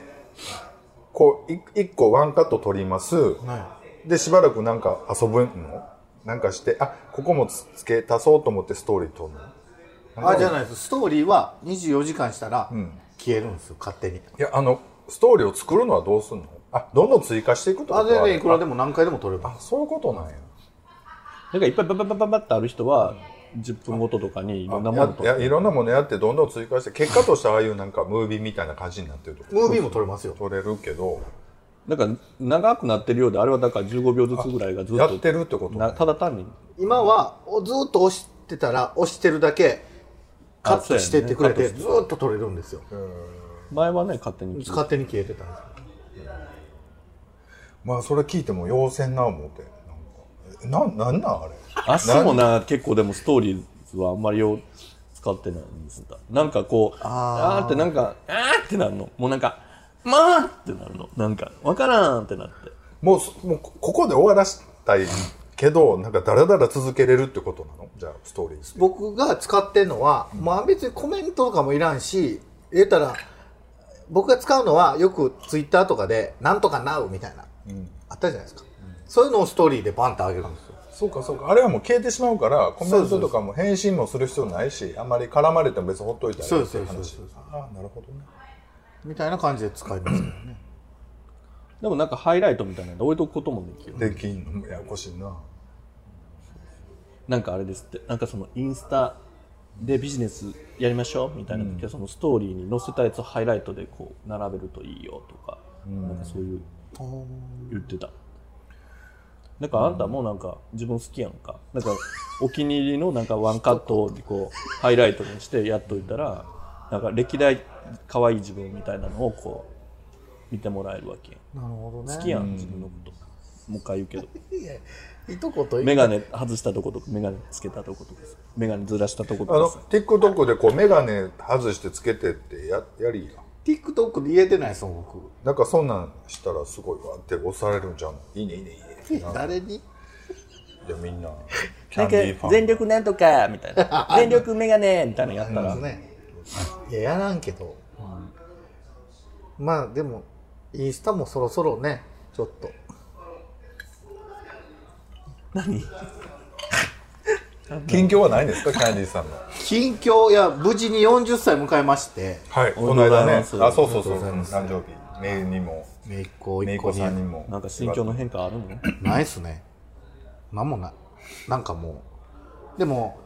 Speaker 1: こう、い一個ワンカット撮ります。
Speaker 3: は
Speaker 1: で、しばらくなんか遊ぶのなんかして、あ、ここもつ付け足そうと思ってストーリー撮るの
Speaker 3: いあ、じゃないです。ストーリーは24時間したら消えるんですよ、勝手に。
Speaker 1: いや、あの、ストーリーを作るのはどうすんのあ、どんどん追加していくってこと
Speaker 3: あ、全然いくらで
Speaker 1: も。
Speaker 3: も何回でも撮れば
Speaker 1: あ。そういうことなんや。
Speaker 2: なんかいっぱいバババババってある人は、10分ごととかにいろんなもの
Speaker 1: や
Speaker 2: と
Speaker 1: いやいろんなものやってどんどん追加して結果としてああいうなんかムービーみたいな感じになってると
Speaker 3: ムービーも撮れますよ。
Speaker 1: 撮れるけど
Speaker 2: なんか長くなってるようであれはだから15秒ずつぐらいがずっと
Speaker 1: やってるってこと
Speaker 2: なただ単に
Speaker 3: 今はおずっと押してたら、押してるだけカットしてってくれ
Speaker 2: あそう
Speaker 3: て、
Speaker 2: やね
Speaker 3: ずーっと撮れるんですよ。
Speaker 2: 前はね勝手に
Speaker 3: 勝手に消えてたんですよ。
Speaker 1: まあそれ聞いても要せんな思ってなんかえななんなんあれ
Speaker 2: 足もな結構でもストーリーズはあんまりよ使ってないんですがなんかこうあーってなんかあーってなるのもうなんかまあってなるのなんかわからんってなって
Speaker 1: もうそもうこここで終わらしたいけどなんかダラダラ続けれるってことなのじゃあストーリーって
Speaker 3: 僕が使ってるのは、まあ別にコメントとかもいらんし、言えたら、僕が使うのはよくツイッターとかで、なんとかなうみたいな、あったじゃないですか。そういうのをストーリーでバンってあげるんですよ。
Speaker 1: そうかそうかあれはもう消えてしまうからコメントとかも返信もする必要ないしあんまり絡まれても別にほっといたらいいってい
Speaker 3: そうそうそうそう
Speaker 1: あなるほどね
Speaker 3: みたいな感じで使いますけどね。
Speaker 2: でもなんかハイライトみたいなので置いとくこともできる
Speaker 1: できんのもややこしいな
Speaker 2: なんかあれですってなんかそのインスタでビジネスやりましょうみたいな時はそのストーリーに載せたやつをハイライトでこう並べるといいよとか、なんかそういう言ってたなんかあんたもなんか自分好きやんかなんかお気に入りのなんかワンカットをこうハイライトにしてやっといたらなんか歴代可愛い自分みたいなのをこう見てもらえるわけやん
Speaker 3: なるほどね。
Speaker 2: 好きやん自分のこともう一回言うけど
Speaker 3: いとことい
Speaker 2: メガネ外したとことか、メガネつけたとことかさ、メガネずらしたとこ
Speaker 1: あ
Speaker 2: と
Speaker 1: の
Speaker 2: かさ。
Speaker 1: TikTok でこう眼鏡外してつけてってややりや
Speaker 3: TikTok で言えてないですもん、僕。
Speaker 1: なんかそんなんしたらすごいわって押されるんじゃんいいねいいねいいねってな
Speaker 3: 誰に
Speaker 1: じゃあみんなキャ
Speaker 2: なん
Speaker 1: ン
Speaker 2: か
Speaker 1: ディーファン
Speaker 2: 全力なんとかみたいな全力メガネみたいなのや ったら、
Speaker 3: ね。いや、やらんけど。まあでも、インスタもそろそろね、ちょっと。
Speaker 2: 何
Speaker 1: 近況はないんですかキャンディーさんの
Speaker 3: 近況、いや、無事に40歳迎えまして、
Speaker 1: はい
Speaker 2: お
Speaker 1: この
Speaker 2: めでとうご
Speaker 1: 間
Speaker 2: ざい
Speaker 1: ね
Speaker 2: ま
Speaker 1: あ
Speaker 2: す
Speaker 1: そうそうそう
Speaker 3: ありがとうございます
Speaker 1: 誕生日メイにも
Speaker 3: めいっ子、
Speaker 1: メ
Speaker 3: 一
Speaker 1: イ
Speaker 3: 個
Speaker 1: 子
Speaker 3: に。
Speaker 1: さんにも
Speaker 2: なんか心境の変化あるの
Speaker 3: ないっすね。なんもない。なんかもう。でも、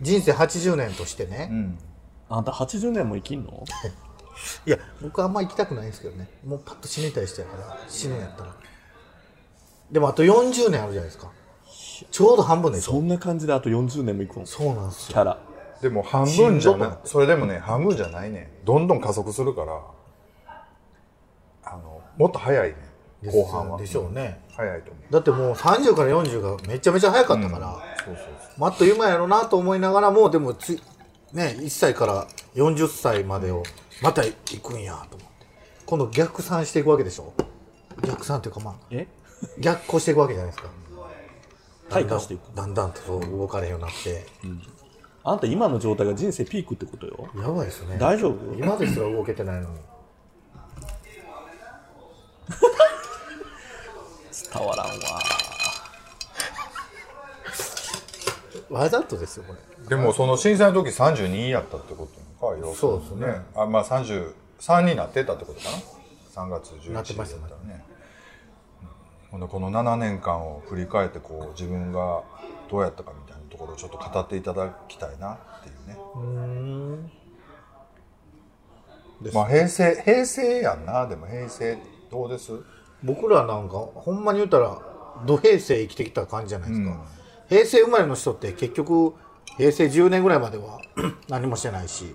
Speaker 3: 人生80年としてね。
Speaker 1: うん
Speaker 2: あんた80年も生きんの
Speaker 3: いや、僕あんま行きたくないんですけどね。もうパッと死にたい人やから、死ぬんやったら。でもあと40年あるじゃないですか。ちょうど半分でし
Speaker 2: そ
Speaker 3: ょ。
Speaker 2: んな感じであと40年もいくのキ
Speaker 3: そうなんですよ。
Speaker 2: ャラ
Speaker 1: でも半分じゃ
Speaker 3: しんどく
Speaker 1: な
Speaker 3: ない
Speaker 1: それでもね半分じゃないねどんどん加速するからあのもっと早いね後半は
Speaker 3: でしょうね。
Speaker 1: 早いと思う
Speaker 3: だってもう30から40がめちゃめちゃ早かったから、
Speaker 1: そうそうそう
Speaker 3: まあっという間やろなと思いながらも、でもつい、ね、1歳から40歳までをまた行くんやと思って。今度逆算していくわけでしょ。逆算というかまあ、
Speaker 2: え
Speaker 3: 逆行していくわけじゃないですか。
Speaker 2: 退化していく
Speaker 3: だんだんとそう動かれへんようになって。
Speaker 2: あんた今の状態が人生ピークってことよ
Speaker 3: やばいですね。
Speaker 2: 大丈夫
Speaker 3: 今ですら動けてないのに。
Speaker 2: 伝わらんわ
Speaker 3: わざとですよ、これ。
Speaker 1: でもその震災の時32やったってことなのか要るに
Speaker 3: そうですね
Speaker 1: あまあ33になってたってことかな3月11日
Speaker 3: なってました
Speaker 1: だったらねうんほんでこの7年間を振り返ってこう自分がどうやったかみたいなとところをちょっと語っていただきたいなっていうね。まあ平成平成やんなでも平成どうです？
Speaker 3: 僕らなんかほんまに言ったら土平成生きてきた感じじゃないですか、平成生まれの人って結局平成10年ぐらいまでは 何もしてないし、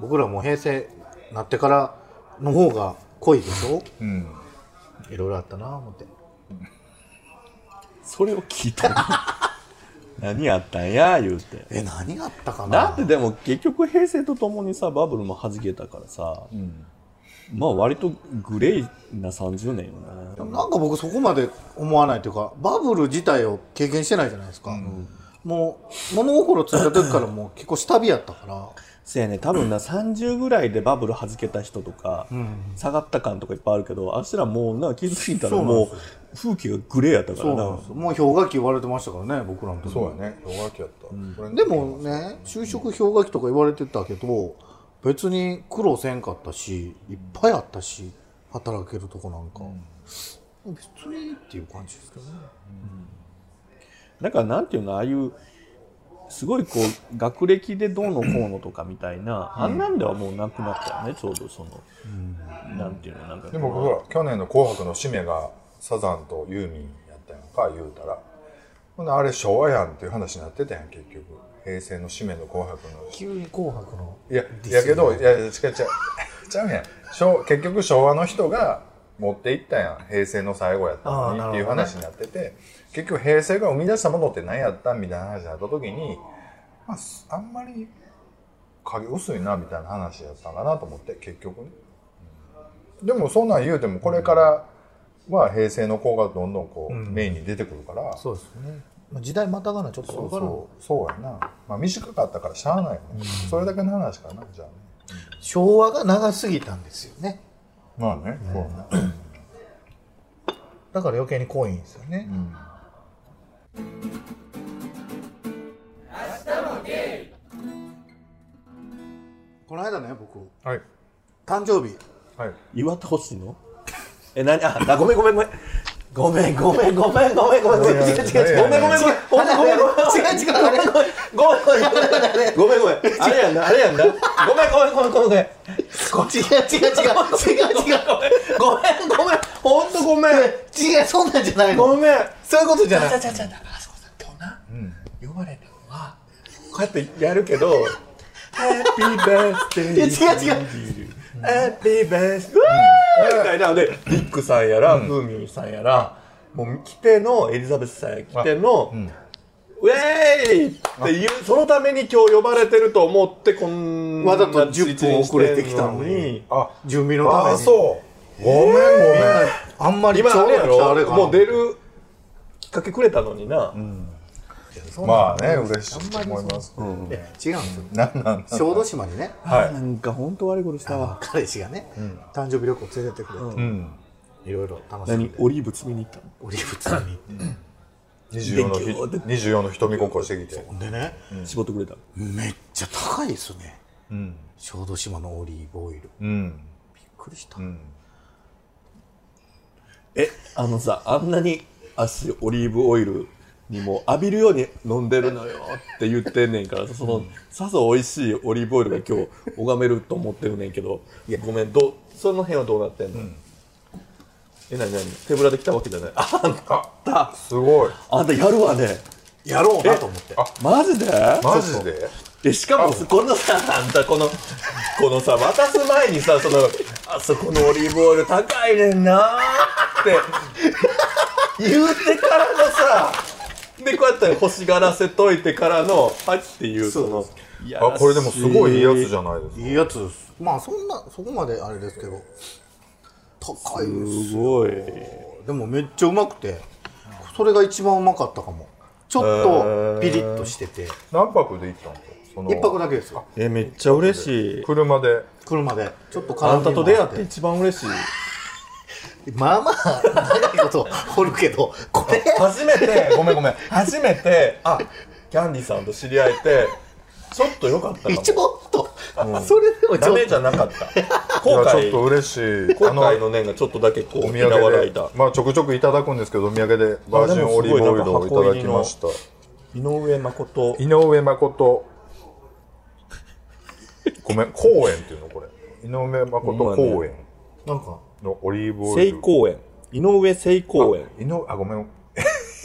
Speaker 3: 僕らもう平成なってからの方が濃いでしょ
Speaker 1: うん。
Speaker 3: いろいろあったな思って
Speaker 2: それを聞いたの 何やったんや言うて
Speaker 3: え何があったか
Speaker 2: だ
Speaker 3: な
Speaker 2: ってでも結局平成とともにさバブルも弾けたからさ、まあ割とグレーな30年よね
Speaker 3: なんか僕そこまで思わないというかバブル自体を経験してないじゃないですか、もう物心ついた時からもう結構下火やったから
Speaker 2: せやね多分な30ぐらいでバブル弾けた人とか、下がった感とかいっぱいあるけどあっしらもうな気づいたら
Speaker 3: そうなん
Speaker 2: も
Speaker 3: です
Speaker 2: う風景がグレーやったか
Speaker 3: そ
Speaker 2: ら
Speaker 3: うなん
Speaker 2: な
Speaker 3: ですよもう氷河期言われてましたからね僕らの時
Speaker 1: そうやね。氷河期やった。これね
Speaker 3: でもね就職氷河期とか言われてたけど別に苦労せんかったしいっぱいあったし働けるとこなんか、別にっていう感じですけどね
Speaker 2: だからなんていうのああいうすごいこう学歴でどうのこうのとかみたいな、あんなんではもうなくなったよねちょうどその、なんていうのなんか
Speaker 1: でも僕ら去年の「紅白」の締めがサザンとユーミンやったやんか言うたらほなあれ昭和やんっていう話になってたやん結局平成の締めの「紅白」の
Speaker 3: 急に「紅白」の
Speaker 1: いやいやけどいやいや違う違うちゃうやん昭結局昭和の人が持っていったやん平成の最後やったのに
Speaker 3: あー
Speaker 1: っていう
Speaker 3: なるほどね
Speaker 1: 話になってて、結局平成が生み出したものって何やったんみたいな話になった時に、まあ、すあんまり影薄いなみたいな話やったんかなと思って結局ね、うんでもそんなん言うてもこれからは平成の子がどんどんこう、メインに出てくるから、
Speaker 3: そうですねまあ時代またがなちょっと
Speaker 1: そう
Speaker 3: わからん
Speaker 1: そうそうやな、まあ、短かったからしゃあないよね、それだけの話かなじゃあね
Speaker 3: 昭和が長すぎたんですよね
Speaker 1: まあね、そうね
Speaker 3: だから余計に濃いんですよね、この間ね僕
Speaker 1: はい。
Speaker 3: 誕生日
Speaker 1: はい。
Speaker 2: 岩田星野え、なに、あ、なごめんごめんごめん。ごめんごめんごめんごめんごめん。違う違う違う。ごめんごめんごめん。ごめんごめんごめん。違う違う。ごめんごめん。ごめんごめん。ごめんごめん。あれやんな、あれやんな。ごめんごめんごめんごめん。
Speaker 3: こっち違う違う違う違う違う
Speaker 2: ごめんごめん。ほんとごめん。
Speaker 3: 違うそんなんじゃないの
Speaker 2: ごめん。
Speaker 3: そういうことじゃない
Speaker 2: 違う違う違う。あそこさん、今日な、呼ばれたのは、こうやってやるけど、Happy birthday
Speaker 3: い や違う違う
Speaker 2: Happy birthday! みたいなので、ビックさんやら、フーミンさんやら、もう来ての、エリザベスさんや来ての、ウェーイっていう、そのために今日呼ばれてると思って、こんな
Speaker 3: わざと10分遅れてきたのに
Speaker 2: 一日してん
Speaker 1: あ、
Speaker 3: 準備のため
Speaker 1: あ
Speaker 3: に
Speaker 1: あ、そう。ごめんご
Speaker 3: あんまり
Speaker 2: 今あれや
Speaker 3: ちょうど来たあれ
Speaker 2: ろ
Speaker 3: かな
Speaker 2: もう出るきっかけくれたのにな。
Speaker 1: めん。まあね、嬉しいと思います。うん。
Speaker 3: いや違うんですよ
Speaker 1: なんなん
Speaker 3: 小豆島にね
Speaker 1: は
Speaker 2: なんか本当悪いことしたわ。
Speaker 3: 彼氏がね誕生日旅行連れてってくれ
Speaker 1: い。う
Speaker 3: て
Speaker 1: ん。
Speaker 3: いろいろ楽しん
Speaker 2: 何
Speaker 3: で
Speaker 2: オリーブ摘みに行ったの
Speaker 3: オリーブ摘みに行
Speaker 1: 24
Speaker 3: っ
Speaker 1: のひ、24の瞳心してきて。
Speaker 3: てでね
Speaker 2: 絞ってくれた。
Speaker 3: めっちゃ高いですね
Speaker 1: うん。
Speaker 3: 小豆島のオリーブオイルびっ
Speaker 1: うん。
Speaker 3: くりした
Speaker 1: うん。
Speaker 2: えあのさあんなに足オリーブオイルにも浴びるように飲んでるのよって言ってんねんからそのさぞ美味しいオリーブオイルが今日拝めると思ってるねんけどごめんどうその辺はどうなってんの、えなになに手ぶらで来たわけじゃないああんた
Speaker 1: すごい。
Speaker 2: あんたやるわね
Speaker 3: やろうなと思って
Speaker 2: マジで
Speaker 1: マジで
Speaker 2: でしかもこのさあんたこのこのさ渡す前にさそのあそこのオリーブオイル高いねんなーって言うてからのさでこうやって欲しがらせといてからのはいっていうそのいやら
Speaker 1: あ、
Speaker 2: し
Speaker 1: これでもすごいいいやつじゃないですか。
Speaker 3: いいやつですまあそんなそこまであれですけど高いです
Speaker 2: すごい
Speaker 3: でもめっちゃうまくてそれが一番うまかったかもちょっとピリッとしてて
Speaker 1: 何泊で行ったんですかその
Speaker 3: 一泊だけですよ
Speaker 2: えめっちゃ嬉しい
Speaker 1: 車で。
Speaker 3: 車でちょっと
Speaker 2: あ
Speaker 3: 絡
Speaker 2: ん
Speaker 3: みもあ
Speaker 2: たと出会って一番嬉しい
Speaker 3: まあまあ長いこと掘るけどこれ
Speaker 2: 初めてごめんごめん初めてあキャンディさんと知り合えてちょっと良かったかも
Speaker 3: ちょっと、それでもち
Speaker 2: ダ
Speaker 3: ょ
Speaker 2: メ
Speaker 3: っ
Speaker 2: じ
Speaker 3: と
Speaker 2: ゃなかった
Speaker 1: い
Speaker 2: 後
Speaker 1: やちょ
Speaker 2: 悔
Speaker 1: っと嬉しい。
Speaker 2: 今
Speaker 1: あの、
Speaker 2: 回の念がちょっとだけこう
Speaker 1: お土
Speaker 2: 嫌わ
Speaker 1: 産
Speaker 2: れ
Speaker 1: で
Speaker 2: た。
Speaker 1: まあちょくちょくいただくんですけど、お土産でバージンオリーブオイルをいただきました。
Speaker 2: 井上誠
Speaker 1: 井上誠ごめん公園っていうのこれ井上誠公園
Speaker 3: なんか、
Speaker 1: のオリーブオイ
Speaker 2: 聖
Speaker 1: ル
Speaker 2: 公園井上聖公園
Speaker 1: 井上あごめん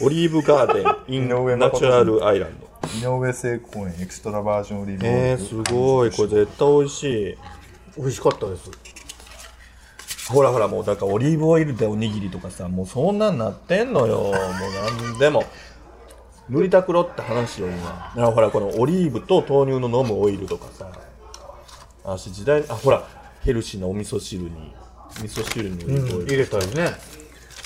Speaker 2: オリーブガーデンイ
Speaker 1: 井上
Speaker 2: ンナ
Speaker 1: 誠
Speaker 2: チュラルアイランド
Speaker 1: 井上聖公園エクストラバージョンオリーブオイル
Speaker 2: えー、すごいこれ絶対美味しい
Speaker 3: 美味しかったです。
Speaker 2: ほらほらもうだからオリーブオイルでおにぎりとかさもうそんなんなってんのよもう何でも塗りたくろって話よ今あほらこのオリーブと豆乳の飲むオイルとかさあし時代あほらヘルシーなお味噌汁に味噌汁にオリーブオイル、
Speaker 3: 入れたりね。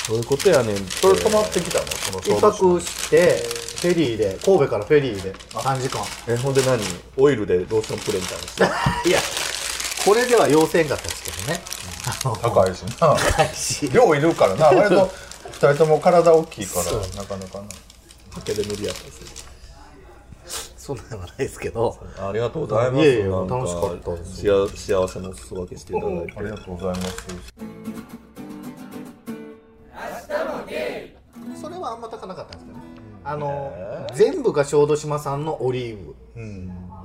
Speaker 2: そういうことやねんそれ止まってきたの
Speaker 3: 一泊して、フェリーで、神戸からフェリーで、3時間。
Speaker 2: えほんで何オイルでローションプレみたいなのして
Speaker 3: いや、これでは要せんかったですけどね。
Speaker 1: 高いしな
Speaker 3: 高いし。
Speaker 1: 量いるから な割と2人とも体大きいからなかなかな
Speaker 2: 竹で無理やったりする
Speaker 3: そんなのはないですけど。お
Speaker 2: ありがとうございます
Speaker 3: いえいえ
Speaker 2: なん
Speaker 3: 楽しかったです
Speaker 2: 幸幸せのお裾分けしていただいて
Speaker 1: ありがとうございます
Speaker 3: それはあんま高なかったんですけどね。あの、全部が小豆島産のオリーブ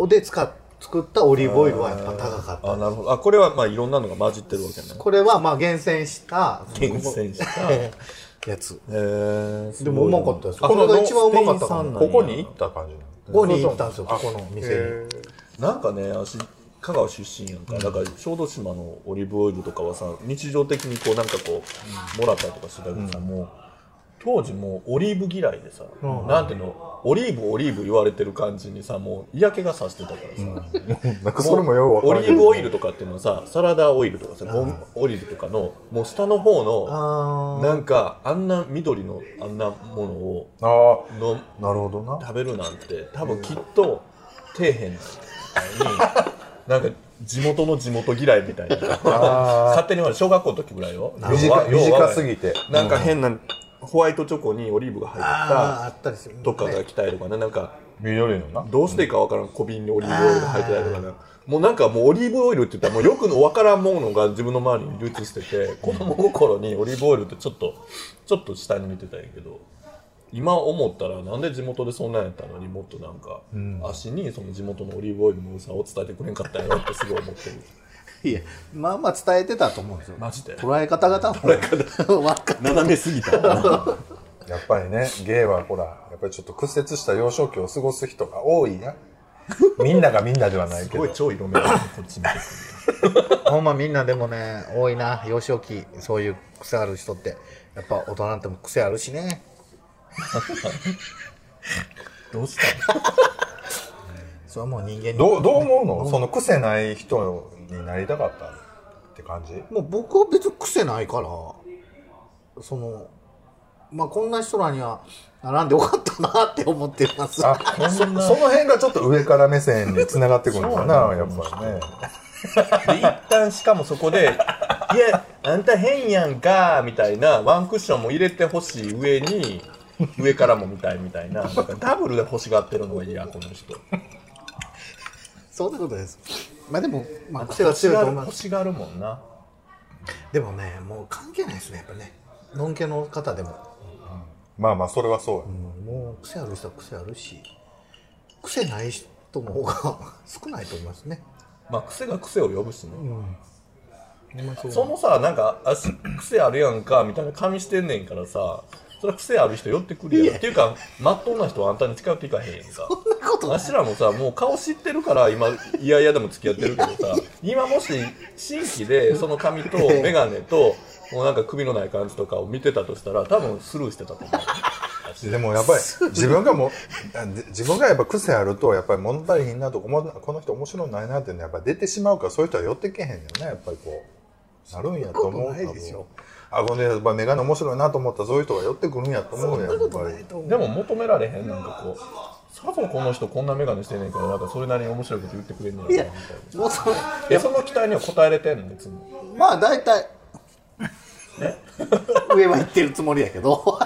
Speaker 3: をで使っ作ったオリーブオイルはやっぱ高かった。
Speaker 2: あなるほどあこれはまあいろんなのが混じってるわけね
Speaker 3: これはまあ厳選した、
Speaker 2: 厳選した
Speaker 3: え えやつ。
Speaker 2: えー、
Speaker 3: でもうまかったです。
Speaker 2: あ
Speaker 3: これが一番うまかったか
Speaker 2: スペイン産
Speaker 3: な。
Speaker 2: の
Speaker 3: こ
Speaker 1: ここに行った感じなの
Speaker 3: こに行ったんですよ、ここの店に。
Speaker 2: なんかね私香川出身やんか、だから小豆島のオリーブオイルとかはさ日常的にこうなんかこう、もらったりとかしてたけどさ、もう当時もうオリーブ嫌いでさ、なんていうのオリーブオリーブ言われてる感じにさもう嫌気がさしてたからさ、
Speaker 1: なんかそれもようわか
Speaker 2: オ
Speaker 1: ら
Speaker 2: リ
Speaker 1: ん
Speaker 2: ーブオイルとかっていうのはさサラダオイルとかさゴムオイルとかのもう下の方の
Speaker 3: あ
Speaker 2: なんかあんな緑のあんなものを
Speaker 1: ああ
Speaker 2: の
Speaker 1: なるほどな
Speaker 2: 食べるなんて多分きっと底辺なのに なんか地元の地元嫌いみたいな勝手に俺小学校の時ぐらいよ要は
Speaker 1: 短
Speaker 2: 要は
Speaker 1: 短すぎて
Speaker 2: なんか変なホワイトチョコにオリーブが入っ
Speaker 3: あー、
Speaker 2: た
Speaker 3: あったりする。
Speaker 2: とかが来たりとかねなんか
Speaker 1: 緑のな
Speaker 2: どうしていいかわからん小瓶にオリーブオイルが入ってたりとかねもうなんかもうオリーブオイルって言ったらもうよくのわからんものが自分の周りに流通して て子供心にオリーブオイルってちょっとちょっと下に見てたんやけど今思ったらなんで地元でそんなんやったのにもっとなんか足にその地元のオリーブオイルの良さを伝えてくれんかったんやろってすごい思 ってる
Speaker 3: いや、まあまあ伝えてたと思うんですよ。
Speaker 2: マジで
Speaker 3: 捉え方が多分。 わか
Speaker 2: 斜めすぎ た
Speaker 1: やっぱりね芸はほらやっぱりちょっと屈折した幼少期を過ごす人が多いや みんながみんなではない
Speaker 2: す
Speaker 1: け
Speaker 2: ごい
Speaker 1: ど
Speaker 2: 超色目だねこっち見てくる
Speaker 3: ほんまみんなでもね、多いな。幼少期、そういう癖ある人って。やっぱ大人なんても癖あるし ね。
Speaker 2: どうした の
Speaker 3: それはもう人間に。
Speaker 1: どうどう思うのその癖ない人になりたかったって感じ
Speaker 3: もう僕は別に癖ないから、その、まあこんな人らには並んでよかったなって思ってます。
Speaker 1: あそその辺がちょっと上から目線につながってくるのかなやっぱりね
Speaker 2: で一旦しかもそこで「いやあんた変やんか」みたいなワンクッションも入れてほしい上に上からも見たいみたいななんかダブルで欲しがってるのがいいやこの人
Speaker 3: そういうことです。まあでも、まあ癖が
Speaker 2: 欲し
Speaker 3: 強いと
Speaker 2: がる
Speaker 3: 思いま
Speaker 2: 欲
Speaker 3: す。
Speaker 2: しがるもんな
Speaker 3: でもね、もう関係ないですね、やっぱね。のんけの方でも。
Speaker 1: まあまあそれはそうや、
Speaker 3: もう癖ある人は癖あるし、癖ない人の方が 少ないと思いますね。
Speaker 2: まあ癖が癖を呼ぶしね、
Speaker 3: そう
Speaker 2: そのさなんかあし癖あるやんかみたいな髪してんねんからさそれは癖ある人寄ってくるやんっていうかまっとうな人はあんたに近寄っていかへんやんか
Speaker 3: そんなことない
Speaker 2: 私らもさもう顔知ってるから今いやいやでも付き合ってるけどさ今もし新規でその髪 と眼鏡ともうなんか首のない感じとかを見てたとしたら多分スルーしてたと思う
Speaker 1: でもやっぱり自分がもうあで自分がやっぱ癖あるとやっぱり物足りひんなとか思うこの人面白いないなっていうのはやっぱ出てしまうからそういう人は寄ってけへんよねやっぱりこうなるんやと思う
Speaker 3: そんなことないでしょ
Speaker 1: 多分あこのやっぱ眼鏡面白いなと思ったらそういう人が寄ってくるんやと思うやんやっぱり
Speaker 2: でも求められへんなんかこうさぞこの人こんな眼鏡してんねんからなんかそれなりに面白いこと言ってくれんねん
Speaker 3: い
Speaker 2: や
Speaker 3: や
Speaker 2: ろなみたいな、
Speaker 3: もうそれ、
Speaker 2: えその期待には応えれてんの別に
Speaker 3: まあ大体、 上は行ってるつもりやけど、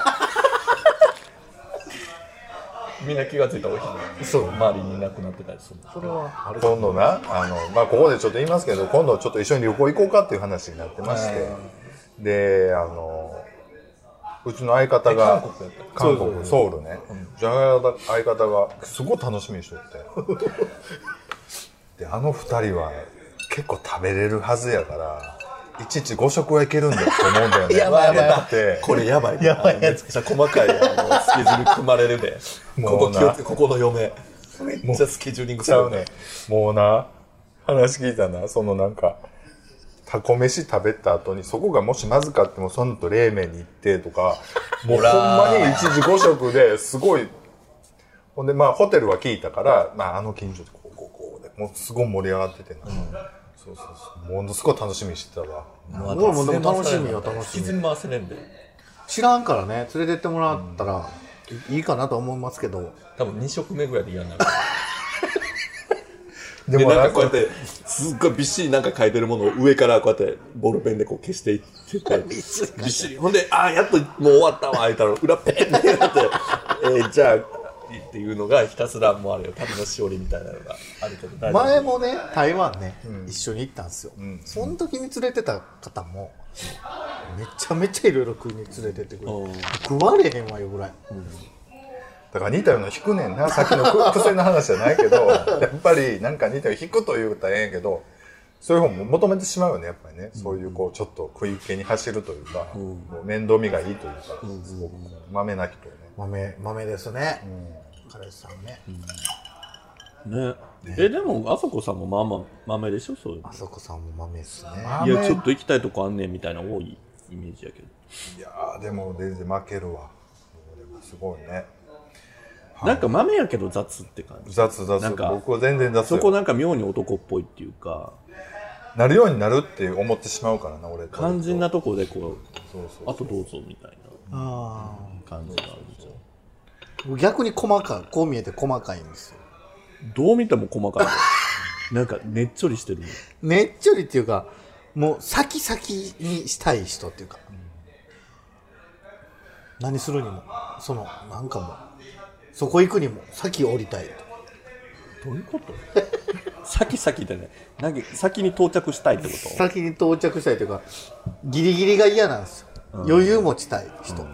Speaker 2: みんな気がついたお昼
Speaker 3: そう
Speaker 2: 周りにいなくなってたりする
Speaker 3: それはある
Speaker 1: 今度なあの、まあ、ここでちょっと言いますけど今度ちょっと一緒に旅行行こうかっていう話になってましてであのうちの相方が韓
Speaker 2: 韓国
Speaker 1: 国ソウルねうちの相方がすごい楽しみにしとってであの二人は結構食べれるはずやからいちいち5食はいけるんだと思うんだよね
Speaker 3: やばいやばいやばい
Speaker 1: って
Speaker 2: これやばいね。
Speaker 3: やばいやつ
Speaker 2: あのめっちゃ細かいあの スケジュール組まれるで。
Speaker 1: も
Speaker 2: こ
Speaker 1: う
Speaker 2: こ気をつ
Speaker 1: な
Speaker 2: けここの嫁。めっちゃスケジューリング
Speaker 1: ちゃうね。もうな、話聞いたな、そのなんか、タコ飯食べた後に、そこがもしまずかっても、そのと冷麺に行ってと か、もうほん
Speaker 2: ほら
Speaker 1: まに一時五食ですごい、ほんでまあホテルは聞いたから、まああの近所でこうこうこうで、もうすごい盛り上がっててな。そうそうそう。ものすごい楽しみにしてたわ。
Speaker 2: 俺
Speaker 3: 俺もでも楽しみよ楽しみ
Speaker 2: 引きずり回せねえんで。
Speaker 3: 知らんからね連れてってもらったらいいかなと思いますけど
Speaker 2: 多分2食目ぐらいで嫌になる。
Speaker 1: で
Speaker 2: で
Speaker 1: も
Speaker 2: な
Speaker 1: なん
Speaker 2: か
Speaker 1: ん
Speaker 2: こうや
Speaker 1: か
Speaker 2: っ、てすっごいびっしりなんか書いてるものを上からこうやってボールペンでこう消して いっててびっしりほんでああやっともう終わったわ言うたら 裏ペンってなって、えーじゃあっていうのがひたすらもうあれよ旅のしおりみたいなのがあるけど大丈夫
Speaker 3: 前もね台湾ね、一緒に行ったんですよ、その時に連れてた方もめちゃめちゃいろいろ食いに連れてってくれ
Speaker 2: お
Speaker 3: て
Speaker 2: ー
Speaker 3: 食われへんわよぐらい、
Speaker 1: だから似たような引くねんな。さっきのく癖の話じゃない けど、やっぱりなんか似たように引くと言うたらええんやけど、そういう方も求めてしまうよね、やっぱりね。そういうこう、ちょっと食い気に走るというか、もう面倒見がいいというか、すごくまめな人ね。
Speaker 3: 豆豆ですね、彼氏さんね、
Speaker 2: ねえでもあそこさんもまあまあ豆でしょそういうの
Speaker 3: あそこさんも豆ですね
Speaker 1: あ
Speaker 2: いや
Speaker 1: 豆
Speaker 2: ちょっと行きたいとこあんねんみたいな多いイメージやけど
Speaker 1: いやー、でも全然負けるわ。でもすごいね。
Speaker 2: なんか豆やけど雑って感じ
Speaker 1: 雑雑
Speaker 2: なんか
Speaker 1: 僕は全然雑
Speaker 2: そこ
Speaker 1: よ
Speaker 2: なんか妙に男っぽいっていうか
Speaker 1: なるようになるって思ってしまうからな、俺。
Speaker 2: 肝心なとこでこう
Speaker 1: そうそう。
Speaker 2: あとどうぞみたい
Speaker 3: あ
Speaker 2: な感じがあるんですよ
Speaker 3: ー逆に細かいこう見えて細かいんですよ
Speaker 2: どう見ても細か い。なんかねっちょりしてる。
Speaker 3: ねっちょりっていうかもう先先にしたい人っていうか、何するにもそのなんかもうそこ行くにも先降りたい
Speaker 2: どういうこと 先先でね。なんか先に到着したいってこと
Speaker 3: 先に到着したいというかギリギリが嫌なんですよ、余裕持ちたい人、も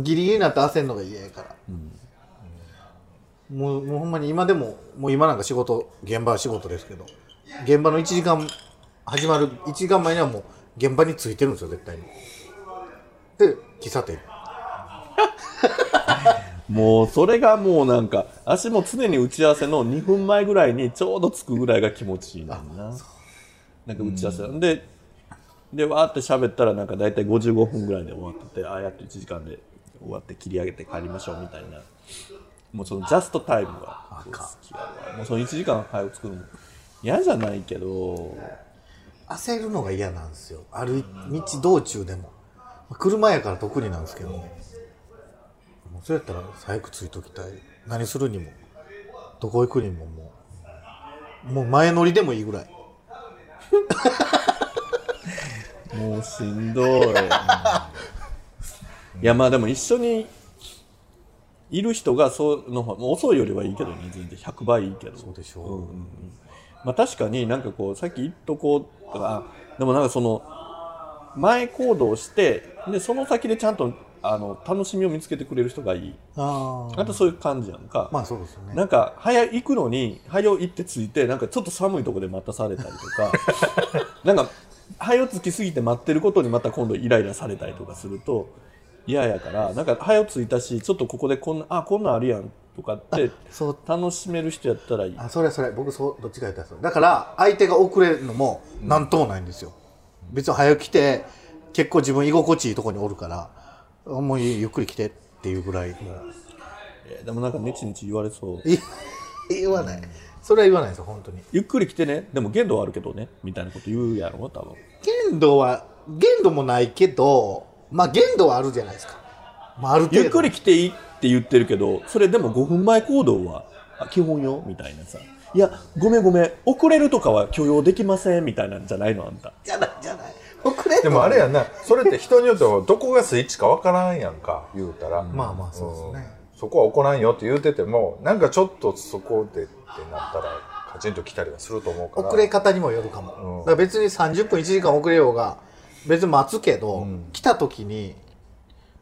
Speaker 3: うギリギリになって焦るのが嫌やから、もうもうほんまに今でももう今なんか仕事現場は仕事ですけど現場の1時間始まる1時間前にはもう現場についてるんですよ絶対にで喫茶店
Speaker 2: もうそれがもうなんか、足も常に打ち合わせの2分前ぐらいにちょうど着くぐらいが気持ちいいな。なんか打ち合わせ。で、で、わーって喋ったらなんか大体55分ぐらいで終わってて、ああやって1時間で終わって切り上げて帰りましょうみたいな。もうそのジャストタイムが好きやわ。もうその1時間早く着くのも嫌じゃないけど、
Speaker 3: 焦るのが嫌なんですよ歩い道道中でも車やから特になんですけどもうそれやったら早くついときたい何するにもどこ行くにももうもう前乗りでもいいぐらい
Speaker 2: もうしんどい。いや、まあでも一緒にいる人がそうの方、もう遅いよりはいいけどね、全然100倍いいけど。そう
Speaker 3: でしょうん
Speaker 2: うんうんまあ確かになんかこう、さっき言っとこうとか、でもなんかその、前行動して、で、その先でちゃんと、あの、楽しみを見つけてくれる人がいい。
Speaker 3: あ
Speaker 2: あとそういう感じやんか。
Speaker 3: まあそうですよね
Speaker 2: なんか早行くのに早行って着いてなんかちょっと寒いとこで待たされたりとかなんか早着きすぎて待ってることにまた今度イライラされたりとかすると嫌やからなんか早着いたしちょっとここでこんなあこんなんあるやんとかって
Speaker 3: そう
Speaker 2: 楽しめる人やったらいい
Speaker 3: あそれそれ僕そうどっちか言ったらそうだから相手が遅れるのもなんともないんですよ、別に早く来て結構自分居心地いいとこにおるからあもうゆゆっくり来てっていうぐらいもう
Speaker 2: えーでもなんかネチネチ言われそう
Speaker 3: い言わない、それは言わないですよ本当に
Speaker 2: ゆっくり来てねでも限度はあるけどねみたいなこと言うやろ多分
Speaker 3: 限度は限度もないけどまあ限度はあるじゃないですか、まあ、ある程度
Speaker 2: ゆっくり来ていいって言ってるけどそれでも5分前行動はあ基本よみたいなさいやごめんごめん遅れるとかは許容できませんみたいなんじゃないのあんた
Speaker 3: じゃないじゃない遅れ
Speaker 1: でもあれやな、それって人によってはどこがスイッチかわからんやんか、言うたら。
Speaker 3: まあまあそうですね
Speaker 1: うんそこは怒らんよって言うてても、なんかちょっとそこでってなったら、カチンと来たりはすると思うから。
Speaker 3: 遅れ方にもよるかも、だから別に30分1時間遅れようが別に待つけど、来た時に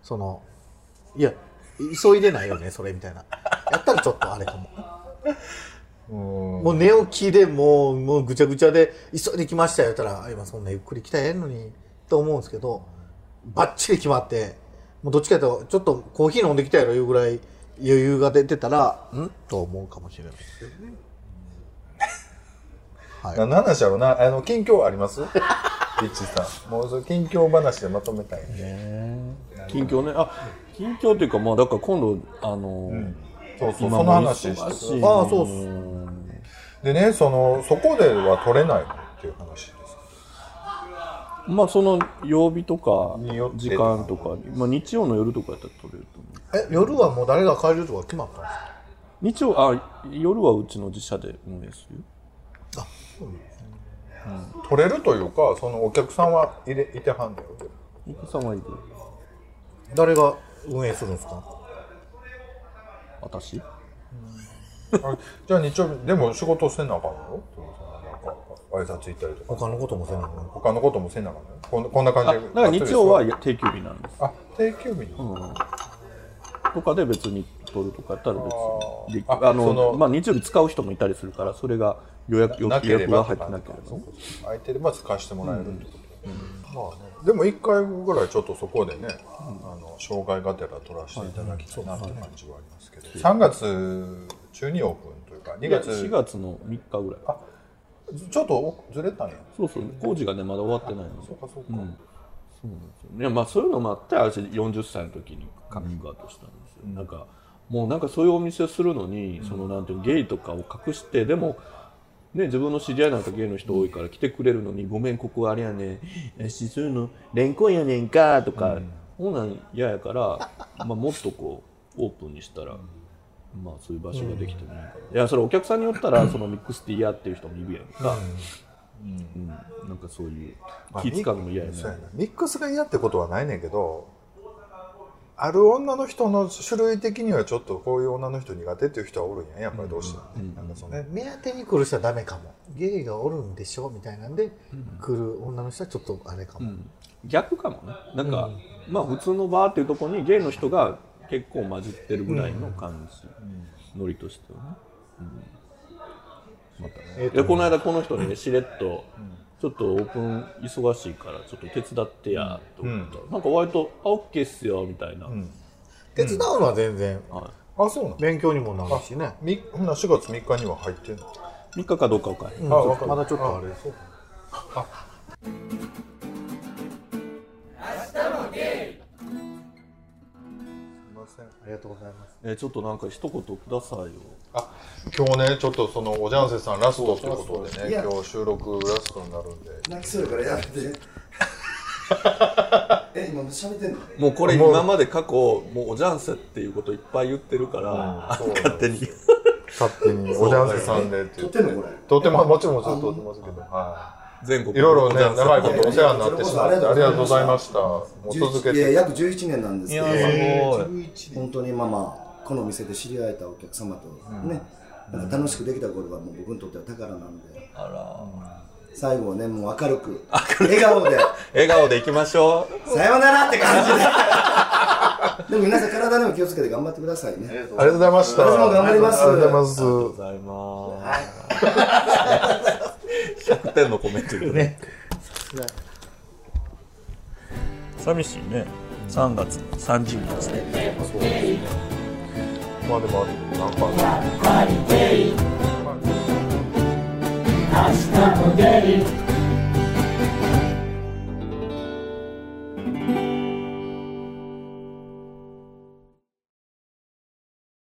Speaker 3: そのいや急いでないよねそれみたいなやったらちょっとあれかも
Speaker 1: うん
Speaker 3: もう寝起きでもうもうぐちゃぐちゃで急いで来ましたよ言ったらあ今そんなゆっくり来たらええのにと思うんですけどばっちり決まってもうどっちかというとちょっとコーヒー飲んできたやろいうぐらい余裕が出てたらんと思うかもしれないですけどね。はい
Speaker 1: な何なんやろうなあの近況あります リッチーさんもうそれ近況話でまとめたいんで、
Speaker 2: 近況ねあ近況というかまあだから今度あの、
Speaker 1: そうそうそ
Speaker 2: 今
Speaker 1: の
Speaker 2: も
Speaker 1: 話して
Speaker 2: 忙しい
Speaker 1: く
Speaker 2: の
Speaker 1: ださい
Speaker 3: ああそうっす
Speaker 1: でねそのそこでは取れないのっていう話です
Speaker 2: まあその曜日とか
Speaker 1: によって
Speaker 2: 時間とか、まあ、日曜の夜とかやったら取れると思う
Speaker 3: え夜はもう誰が帰るとか決まったんですか
Speaker 2: 日曜あ夜はうちの自社で運営するよ
Speaker 1: 取れるというかそのお客さんはいれいてはんだよ
Speaker 2: お客様いる
Speaker 3: 誰が運営するんですか
Speaker 2: 私
Speaker 1: あじゃあ日曜日でも仕事せなあかんのなんか挨拶行ったりとか
Speaker 3: 他のこともせなくなる
Speaker 1: 他のこともせなあかんのこんなこんな感
Speaker 2: あ
Speaker 1: じ
Speaker 2: だ
Speaker 1: で
Speaker 2: から日曜は定休日なんです
Speaker 1: あ定休日に、
Speaker 2: とかで別に取るとかやったら別に
Speaker 1: あ
Speaker 2: あ
Speaker 1: ー
Speaker 2: あ
Speaker 1: あその
Speaker 2: のまあ日曜日使う人もいたりするからそれが予約予
Speaker 1: な
Speaker 2: 約
Speaker 1: ければ
Speaker 2: が入ってなければね
Speaker 1: 空いてれば使わせてもらえるってこと、まあねでも一回ぐらいちょっとそこでね、あの障害がてら取らせていただきたいなって感じはありますけど、3月中にオープンというか2
Speaker 2: いや
Speaker 1: 月
Speaker 2: 4月の3日ぐらい
Speaker 1: ちょっとずれたんや
Speaker 2: そうそう工事がねまだ終わってないので
Speaker 1: そうかそうか、
Speaker 2: いやまあそういうのもあって私40歳の時にカミングアウトしたんですよ、なんかもうなんかそういうお店するのに、そのなんていうのゲイとかを隠してでもね、自分の知り合いなんかゲイの人多いから来てくれるのに「ごめんここあれやねん私そういうのレンコンやねんか」とか、ほんなん嫌やから、まあ、もっとこうオープンにしたら、まあそういう場所ができてもいいかな、いやそれお客さんによったらそのミックスティーやっていう人もいるやんか、うんなんかそういう気使うのも嫌や
Speaker 1: そうや
Speaker 2: ね
Speaker 1: なミックスが嫌ってことはないねんけどある女の人の種類的にはちょっとこういう女の人苦手っていう人はおるんやんやっぱりどうしてもね、なんかその
Speaker 3: 目当てに来る人はダメかもゲイがおるんでしょみたいなんで、来る女の人はちょっとあれかも、
Speaker 2: 逆かもねなんか、まあ普通のバーっていうところにゲイの人が結構混じってるぐらいの感じ、ノリとしてはね、うん、またね、
Speaker 3: えっと
Speaker 2: でこの間この人にねしれっと、ちょっとオープン忙しいからちょっと手伝ってや」と思ったら、なんか割と「あオッケーっすよ」みたいな、
Speaker 3: 手伝うのは全然、
Speaker 1: あそうなの
Speaker 3: 勉強にもなるしね
Speaker 1: みほな4月3日には入ってんの
Speaker 2: 3日かどうかわかんない、
Speaker 1: あわかる
Speaker 3: まだちょっとあれです
Speaker 1: すいません
Speaker 3: ありがとうございます
Speaker 2: えーちょっとなんか一言くださいよ
Speaker 1: あ今日ねちょっとそのおじゃんせさんラストってことで
Speaker 5: い
Speaker 1: ね
Speaker 5: や
Speaker 1: 今日収録ラストになるんで
Speaker 5: 泣きそうやからやめてえ今喋ってんの
Speaker 2: もうこれ今まで過去もうおじゃんせっていうこといっぱい言ってるから、勝手に
Speaker 1: 勝手におじゃんせさんでって言
Speaker 5: 撮っ
Speaker 1: って
Speaker 5: てんのこれ
Speaker 1: とてももちろんもちろん撮ってますけどは
Speaker 2: 全国
Speaker 1: いいろいろね長いことお世話になってしまってありがとうございましたもう続け
Speaker 5: 11いや
Speaker 1: て
Speaker 5: 約11年なんですけど、
Speaker 2: すごい
Speaker 5: 本当にまあまあこの店で知り合えたお客様とね、なんか楽しくできたことがもう僕にとっては宝なんで最後はねもう明るく笑顔で
Speaker 2: 笑顔でいきましょう
Speaker 5: さようならって感じででも皆さん体にも気をつけて頑張ってくださいね
Speaker 1: ありがとうございました
Speaker 5: 私も頑張ります
Speaker 1: ありがとうございます
Speaker 2: ございます100点のコメントでね寂しいね3月30日ね
Speaker 1: まあでもなんか
Speaker 6: 明日もゲイ